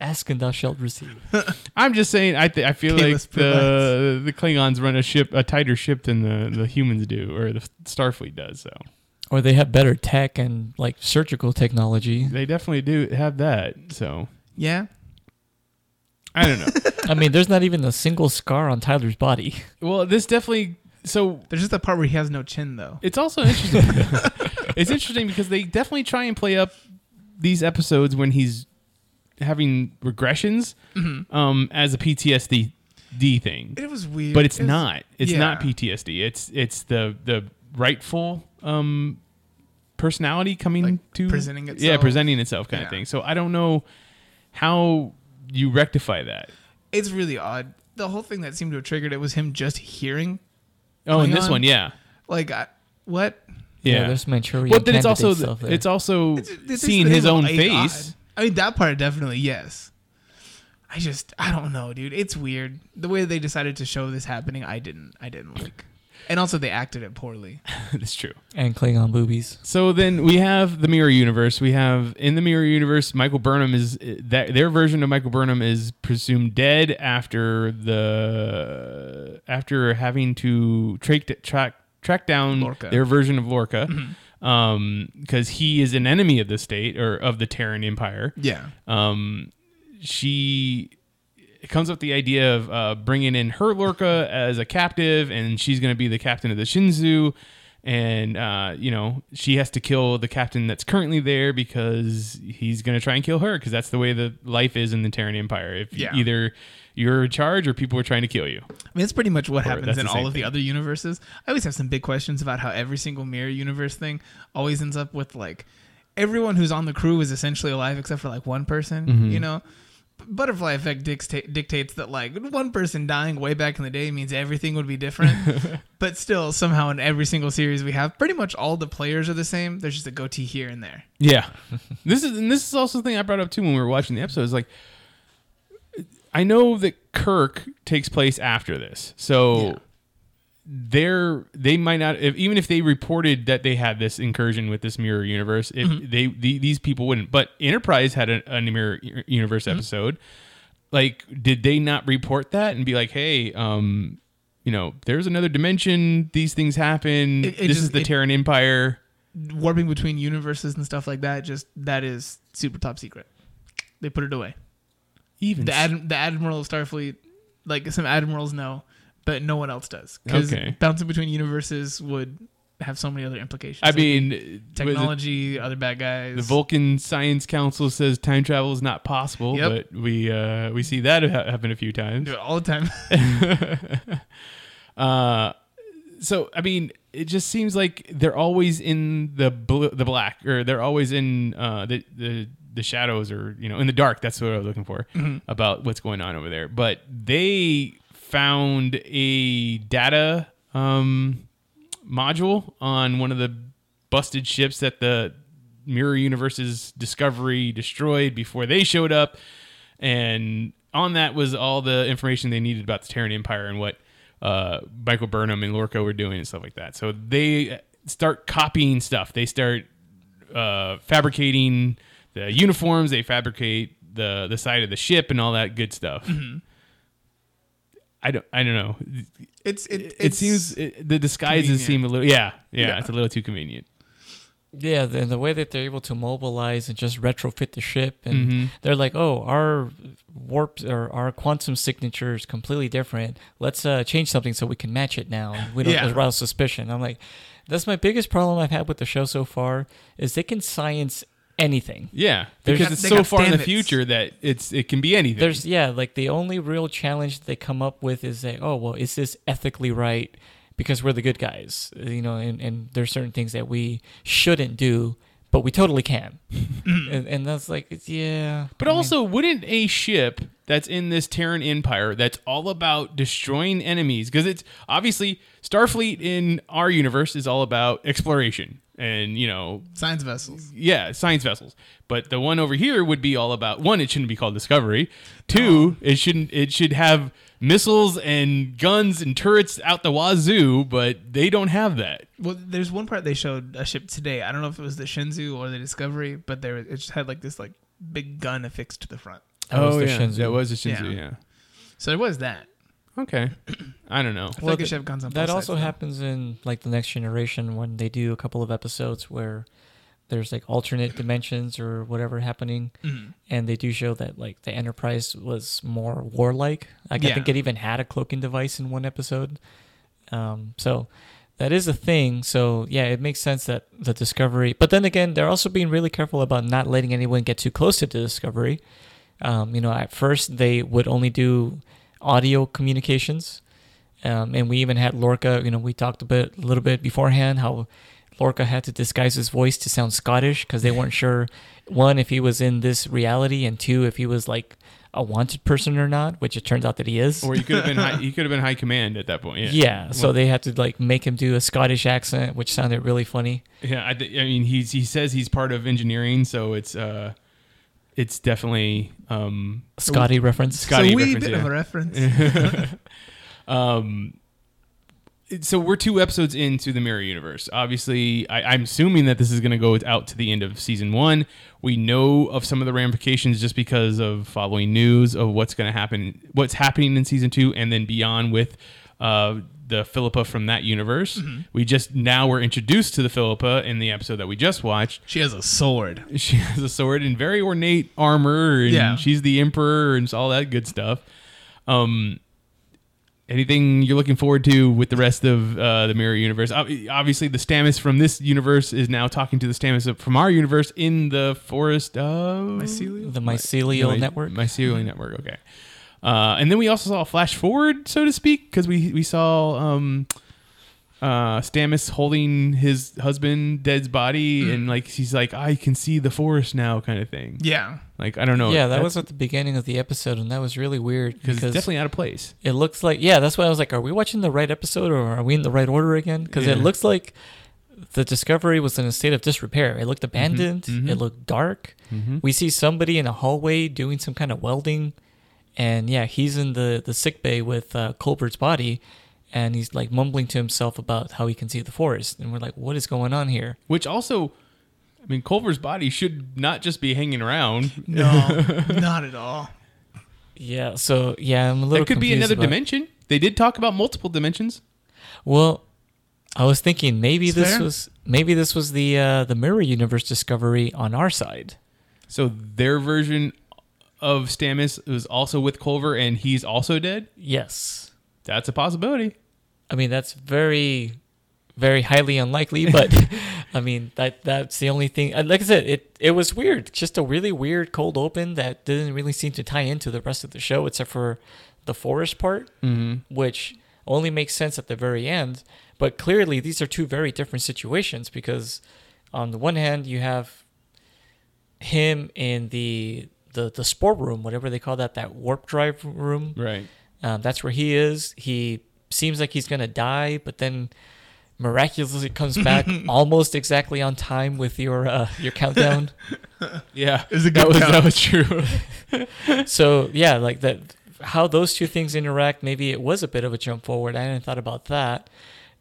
Speaker 9: Ask and thou shalt receive.
Speaker 8: I'm just saying I th- I feel
Speaker 7: Kalis
Speaker 8: like the the Klingons run a ship a tighter ship than the, the humans do or the Starfleet does, so.
Speaker 9: Or they have better tech and like surgical technology.
Speaker 8: They definitely do have that. So
Speaker 7: Yeah.
Speaker 8: I don't know.
Speaker 9: I mean, there's not even a single scar on Tyler's body.
Speaker 8: well, this definitely. So
Speaker 7: There's just that part where he has no chin though.
Speaker 8: it's also interesting. it's interesting because they definitely try and play up these episodes when he's having regressions um, as a PTSD D thing,
Speaker 7: It was weird.
Speaker 8: but it's
Speaker 7: It was-
Speaker 8: not. It's
Speaker 7: yeah.
Speaker 8: not PTSD. It's it's the the rightful um, personality coming
Speaker 7: Like,
Speaker 8: to
Speaker 7: presenting
Speaker 8: Yeah,
Speaker 7: itself.
Speaker 8: presenting itself kind
Speaker 7: Yeah.
Speaker 8: of thing. So I don't know how you rectify that.
Speaker 7: It's really odd. The whole thing that seemed to have triggered it was him just hearing
Speaker 8: Oh, and this
Speaker 7: Klingon?
Speaker 8: one, yeah,
Speaker 7: like I, what?
Speaker 8: yeah.
Speaker 9: there's Manchurian
Speaker 8: but then it's
Speaker 9: Candidate
Speaker 8: also
Speaker 9: stuff there.
Speaker 8: it's also
Speaker 7: It's- it's just
Speaker 8: seeing
Speaker 7: him
Speaker 8: his own
Speaker 7: like,
Speaker 8: face.
Speaker 7: odd. I mean that part definitely yes. I just I don't know, dude. It's weird the way they decided to show this happening. I didn't I didn't like, and also they acted it poorly.
Speaker 8: That's true.
Speaker 9: and Klingon boobies.
Speaker 8: So then we have the mirror universe. We have in the mirror universe, Michael Burnham is that their version of Michael Burnham is presumed dead after the after having to track track track down
Speaker 7: Lorca.
Speaker 8: their version of Lorca, because he is an enemy of the state or of the Terran Empire.
Speaker 7: Yeah.
Speaker 8: Um, she comes up with the idea of uh, bringing in her Lorca as a captive, and she's going to be the captain of the Shinzu. And uh, you know she has to kill the captain that's currently there because he's going to try and kill her because that's the way the life is in the Terran Empire. If
Speaker 7: Yeah.
Speaker 8: either you're in charge or people are trying to kill you.
Speaker 7: I mean, that's pretty much what happens
Speaker 8: that's
Speaker 7: in
Speaker 8: the
Speaker 7: all
Speaker 8: same
Speaker 7: of the
Speaker 8: thing.
Speaker 7: other universes. I always have some big questions about how every single mirror universe thing always ends up with like everyone who's on the crew is essentially alive except for like one person,
Speaker 8: Mm-hmm.
Speaker 7: you know? Butterfly effect dicta- dictates that like one person dying way back in the day means everything would be different. but still, somehow in every single series we have, pretty much all the players are the same. There's just a goatee here and there.
Speaker 8: Yeah. this is and this is also the thing I brought up too when we were watching the episode. Is like I know that Kirk takes place after this. So
Speaker 7: Yeah.
Speaker 8: they're they might not if, even if they reported that they had this incursion with this mirror universe, if
Speaker 7: Mm-hmm.
Speaker 8: they the, these people wouldn't. But Enterprise had a, a mirror u- universe
Speaker 7: Mm-hmm.
Speaker 8: episode. Like did they not report that and be like, "Hey, um you know, there's another dimension. These things happen.
Speaker 7: It- it
Speaker 8: this
Speaker 7: just-
Speaker 8: is the
Speaker 7: it-
Speaker 8: Terran Empire.
Speaker 7: Warping between universes and stuff like that, just that is super top secret. They put it away.
Speaker 8: Even
Speaker 7: the
Speaker 8: s-
Speaker 7: ad- the admiral of Starfleet, like some admirals know, but no one else does. Because
Speaker 8: Okay.
Speaker 7: bouncing between universes would have so many other implications.
Speaker 8: I
Speaker 7: Like
Speaker 8: mean, was it-
Speaker 7: technology, other bad guys.
Speaker 8: The Vulcan Science Council says time travel is not possible,
Speaker 7: Yep.
Speaker 8: but we uh, we see that ha- happen a few times.
Speaker 7: do it all the time.
Speaker 8: Uh, so I mean, it just seems like they're always in the bl- the black, or they're always in uh, the the the shadows, or you know, in the dark. That's what I was looking for
Speaker 7: Mm-hmm.
Speaker 8: about what's going on over there. But they found a data um, module on one of the busted ships that the mirror universe's discovery destroyed before they showed up and on that was all the information they needed about the Terran Empire and what uh, Michael Burnham and Lorca were doing and stuff like that. So they start copying stuff. They start uh, fabricating the uniforms. They fabricate the the side of the ship and all that good stuff.
Speaker 7: Mm-hmm.
Speaker 8: I don't. I don't know. It,
Speaker 7: It's it, it's,
Speaker 8: seems it, the disguises
Speaker 7: convenient.
Speaker 8: seem a little. Yeah, yeah,
Speaker 7: Yeah.
Speaker 8: It's a little too convenient.
Speaker 9: Yeah, and the way that they're able to mobilize and just retrofit the ship, and they're like, "Oh, our warps or our quantum signature is completely different. Let's uh, change something so we can match it now. We don't
Speaker 7: Yeah.
Speaker 9: arouse suspicion." I'm like, "That's my biggest problem I've had with the show so far is they can science anything."
Speaker 8: Yeah,
Speaker 9: There's-
Speaker 8: because
Speaker 7: got-
Speaker 8: it's
Speaker 7: they
Speaker 8: so
Speaker 7: got
Speaker 8: far in the
Speaker 7: standards.
Speaker 8: future that it's it can be anything.
Speaker 9: There's yeah, like the only real challenge that they come up with is that oh well, is this ethically right? Because we're the good guys, you know, and, and there's certain things that we shouldn't do, but we totally can. and, and that's like it's- yeah,
Speaker 8: But also, wouldn't a ship that's in this Terran Empire that's all about destroying enemies? Because it's obviously Starfleet in our universe is all about exploration and, you know,
Speaker 7: science vessels.
Speaker 8: yeah, science vessels. But the one over here would be all about one, it shouldn't be called Discovery.
Speaker 9: Oh.
Speaker 8: Two, it shouldn't it should have missiles and guns and turrets out the wazoo, but they don't have that.
Speaker 7: Well, there's one part they showed a ship today. I don't know if it was the Shinzu or the Discovery, but there it just had like this like big gun affixed to the front.
Speaker 9: That was the Shenzhou.
Speaker 8: Oh, That was the Shinzu,
Speaker 7: Yeah. So there was that.
Speaker 8: yeah. Okay. I don't know.
Speaker 7: I feel like it
Speaker 9: th-
Speaker 7: should have guns on both
Speaker 9: that
Speaker 7: sides,
Speaker 9: also
Speaker 7: though.
Speaker 9: happens in like the next generation when they do a couple of episodes where there's like alternate dimensions or whatever happening, and they do show that like the Enterprise was more warlike. Like I
Speaker 7: Yeah.
Speaker 9: think it even had a cloaking device in one episode. Um, so that is a thing. So yeah, it makes sense that the Discovery. But then again, they're also being really careful about not letting anyone get too close to the Discovery. Um, you know, at first they would only do audio communications, um, and we even had Lorca. You know, we talked a bit, a little bit beforehand how Lorca had to disguise his voice to sound Scottish because they weren't sure one if he was in this reality, and two if he was like a wanted person or not, which it turns out that he is.
Speaker 8: Or you could have been high, you could have been high command at that point. Yeah.
Speaker 9: yeah, so they had to like make him do a Scottish accent, which sounded really funny.
Speaker 8: Yeah, I, th- I mean, he's he says he's part of engineering, so it's uh, it's definitely um,
Speaker 9: Scotty reference.
Speaker 8: Scotty
Speaker 7: so we
Speaker 8: reference,
Speaker 7: bit
Speaker 8: yeah.
Speaker 7: of a reference.
Speaker 8: um. it- So we're two episodes into the Mirror Universe. Obviously, I, I'm assuming that this is going to go out to the end of season one. We know of some of the ramifications just because of following news of what's going to happen, what's happening in season two, and then beyond with uh, the Philippa from that universe. We just now were introduced to the Philippa in the episode that we just watched.
Speaker 7: She has a sword.
Speaker 8: she has a sword and very ornate armor and
Speaker 7: Yeah.
Speaker 8: she's the emperor and all that good stuff um anything you're looking forward to with the rest of uh, the mirror universe Ob- obviously the stamus from this universe is now talking to the stamus of- from our universe in the forest of
Speaker 9: the mycelial
Speaker 8: my-
Speaker 9: network. Mm-hmm.
Speaker 8: mycelial network okay uh, and then we also saw a flash forward so to speak because we we saw um uh, Stamis holding his husband dead's body
Speaker 9: Mm.
Speaker 8: and like he's like I can see the forest now kind of thing.
Speaker 7: Yeah.
Speaker 8: Like I don't know.
Speaker 9: yeah, that was at the beginning of the episode, and that was really weird
Speaker 8: because
Speaker 9: because
Speaker 8: it's definitely out of place.
Speaker 9: it looks like yeah, that's why I was like, are we watching the right episode or are we in the right order again? Because it
Speaker 8: Yeah.
Speaker 9: looks like the Discovery was in a state of disrepair. It
Speaker 8: Mm-hmm.
Speaker 9: looked abandoned. It looked dark. We see somebody in a hallway doing some kind of welding, and yeah, he's in the the sick bay with uh, Colbert's body. And he's like mumbling to himself about how he can see the forest, and we're like, "What is going on here?"
Speaker 8: Which also, I mean, Culver's body should not just be hanging around.
Speaker 7: No, not at all.
Speaker 9: Yeah, so yeah, I'm a little.
Speaker 8: That could be
Speaker 9: confused
Speaker 8: another
Speaker 9: about-
Speaker 8: dimension. They did talk about multiple dimensions.
Speaker 9: Well, I was thinking maybe
Speaker 7: It's
Speaker 9: this
Speaker 7: fair.
Speaker 9: was maybe this was the uh, the mirror universe discovery on our side.
Speaker 8: So their version of Stamis was also with Culver, and he's also dead.
Speaker 9: Yes,
Speaker 8: That's a possibility.
Speaker 9: I mean that's very very highly unlikely, but I mean that that's the only thing. and Like I said, it it was weird, just a really weird cold open that didn't really seem to tie into the rest of the show, except for the forest part, which only makes sense at the very end. But clearly, these are two very different situations because on the one hand, you have him in the the the sport room, whatever they call that, that warp drive room,
Speaker 8: Right.
Speaker 9: um, that's where he is. He seems like he's gonna die, but then miraculously comes back almost exactly on time with your uh, your countdown.
Speaker 8: Yeah.
Speaker 7: It's a
Speaker 8: that
Speaker 7: good
Speaker 8: was
Speaker 7: count.
Speaker 8: that was true.
Speaker 9: so yeah, like that. How those two things interact, maybe it was a bit of a jump forward. I hadn't thought about that,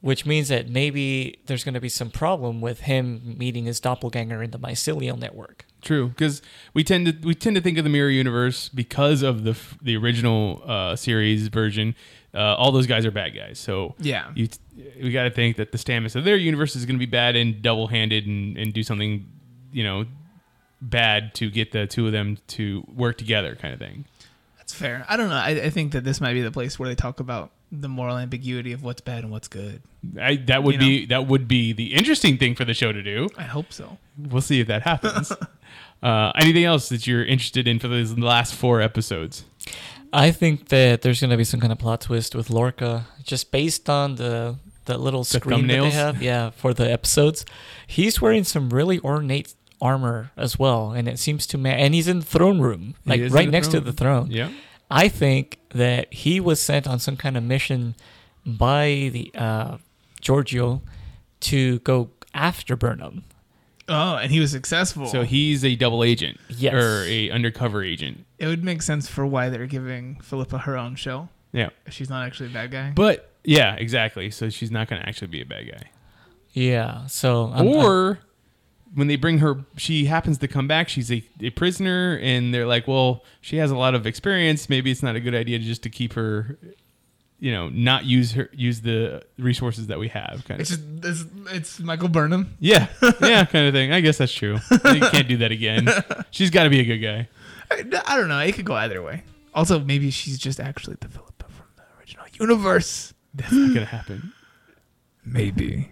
Speaker 9: which means that maybe there's going to be some problem with him meeting his doppelganger in the mycelial network.
Speaker 8: True, because we tend to we tend to think of the mirror universe because of the f- the original uh, series version. Uh, all those guys are bad guys, so
Speaker 7: Yeah.
Speaker 8: you t- we got to think that the Stamus of their universe is going to be bad and double handed and and do something, you know, bad to get the two of them to work together, kind of thing.
Speaker 7: That's fair. I don't know. I, I think that this might be the place where they talk about the moral ambiguity of what's bad and what's good.
Speaker 8: I, that would
Speaker 7: You
Speaker 8: be that would be the interesting thing for the show to do.
Speaker 7: I hope so.
Speaker 8: We'll see if that happens. uh, anything else that you're interested in for those last four episodes?
Speaker 9: I think that there's going to be some kind of plot twist with Lorca, just based on the the little screen that they
Speaker 8: thumbnails?
Speaker 9: have. Yeah, for the episodes, he's wearing some really ornate armor as well, and it seems to ma- and he's in the throne room, like
Speaker 8: is in
Speaker 9: right
Speaker 8: the
Speaker 9: next
Speaker 8: throne
Speaker 9: to the
Speaker 8: room.
Speaker 9: throne.
Speaker 8: Yeah.
Speaker 9: I think that he was sent on some kind of mission by the uh, Giorgio to go after Burnham.
Speaker 7: Oh, and he was successful.
Speaker 8: So he's a double agent,
Speaker 9: Yes.
Speaker 8: or a undercover agent.
Speaker 7: it would make sense for why they're giving Philippa her own show.
Speaker 8: Yeah,
Speaker 7: If she's not actually a bad guy.
Speaker 8: but yeah, exactly. So she's not going to actually be a bad guy.
Speaker 9: Yeah, so I'm- I'm-
Speaker 8: or when they bring her, she happens to come back. She's a, a prisoner, and they're like, "Well, she has a lot of experience. Maybe it's not a good idea just to keep her you know not use her use the resources that we have kind of
Speaker 7: It's just it's, it's Michael Burnham.
Speaker 8: yeah yeah kind of thing i guess that's true you can't do that again she's got to be a good guy
Speaker 7: I, I don't know. It could go either way. Also, maybe she's just actually the Philippa from the original universe.
Speaker 8: that's not gonna happen
Speaker 7: Maybe.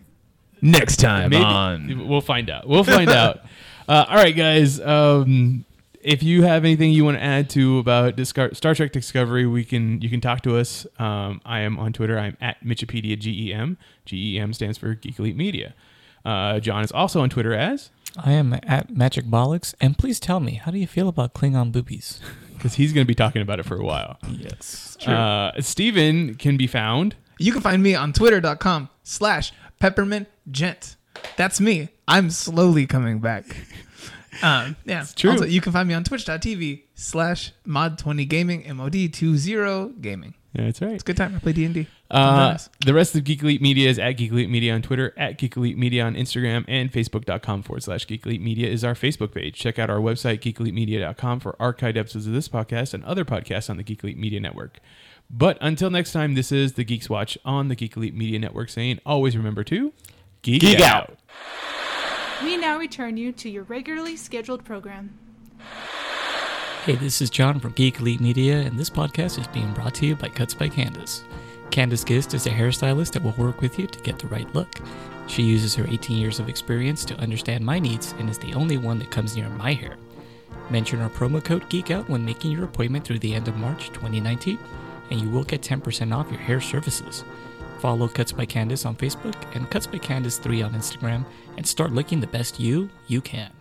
Speaker 7: Next time
Speaker 8: Maybe
Speaker 7: on.
Speaker 8: we'll find out. We'll find out. Uh, all right, guys. Um, if you have anything you want to add to about Disco- Star Trek Discovery, we can you can talk to us. Um, I am on Twitter. I'm at Michipedia E GEM. GEM stands for Geek Elite Media. Uh, John is also on Twitter as
Speaker 10: I am at Magic Bollocks, and please tell me, how do you feel about Klingon boobies?
Speaker 8: because he's going to be talking about it for a while.
Speaker 10: Yes.
Speaker 8: Uh, Steven can be found.
Speaker 7: You can find me on twitter.com slash peppermint gent. That's me. I'm slowly coming back. Um, yeah, it's
Speaker 8: true.
Speaker 7: Also, you can find me on twitch.tv slash mod20gaming, mod20 gaming.
Speaker 8: Yeah, that's right.
Speaker 7: It's a good time. I play D&D.
Speaker 8: Uh,
Speaker 7: Sometimes.
Speaker 8: the rest of Geek Elite Media is at Geek Elite Media on Twitter, at Geek Elite Media on Instagram, and Facebook.com forward slash Geek Elite Media is our Facebook page. Check out our website, geekelitemedia.com, for archived episodes of this podcast and other podcasts on the Geek Elite Media Network. But until next time, this is the Geeks Watch on the Geek Elite Media Network saying always remember to geek,
Speaker 10: Geek
Speaker 8: out.
Speaker 10: out.
Speaker 1: We now return you to your regularly scheduled program.
Speaker 9: Hey, this is John from Geek Elite Media, and this podcast is being brought to you by Cuts by Candace. Candace Gist is a hairstylist that will work with you to get the right look. She uses her 18 years of experience to understand my needs and is the only one that comes near my hair. Mention our promo code GEEKOUT when making your appointment through the end of March 2019, and you will get 10% off your hair services. Follow Cuts by Candace on Facebook and Cuts by Candace 3 on Instagram, and start looking the best you you can.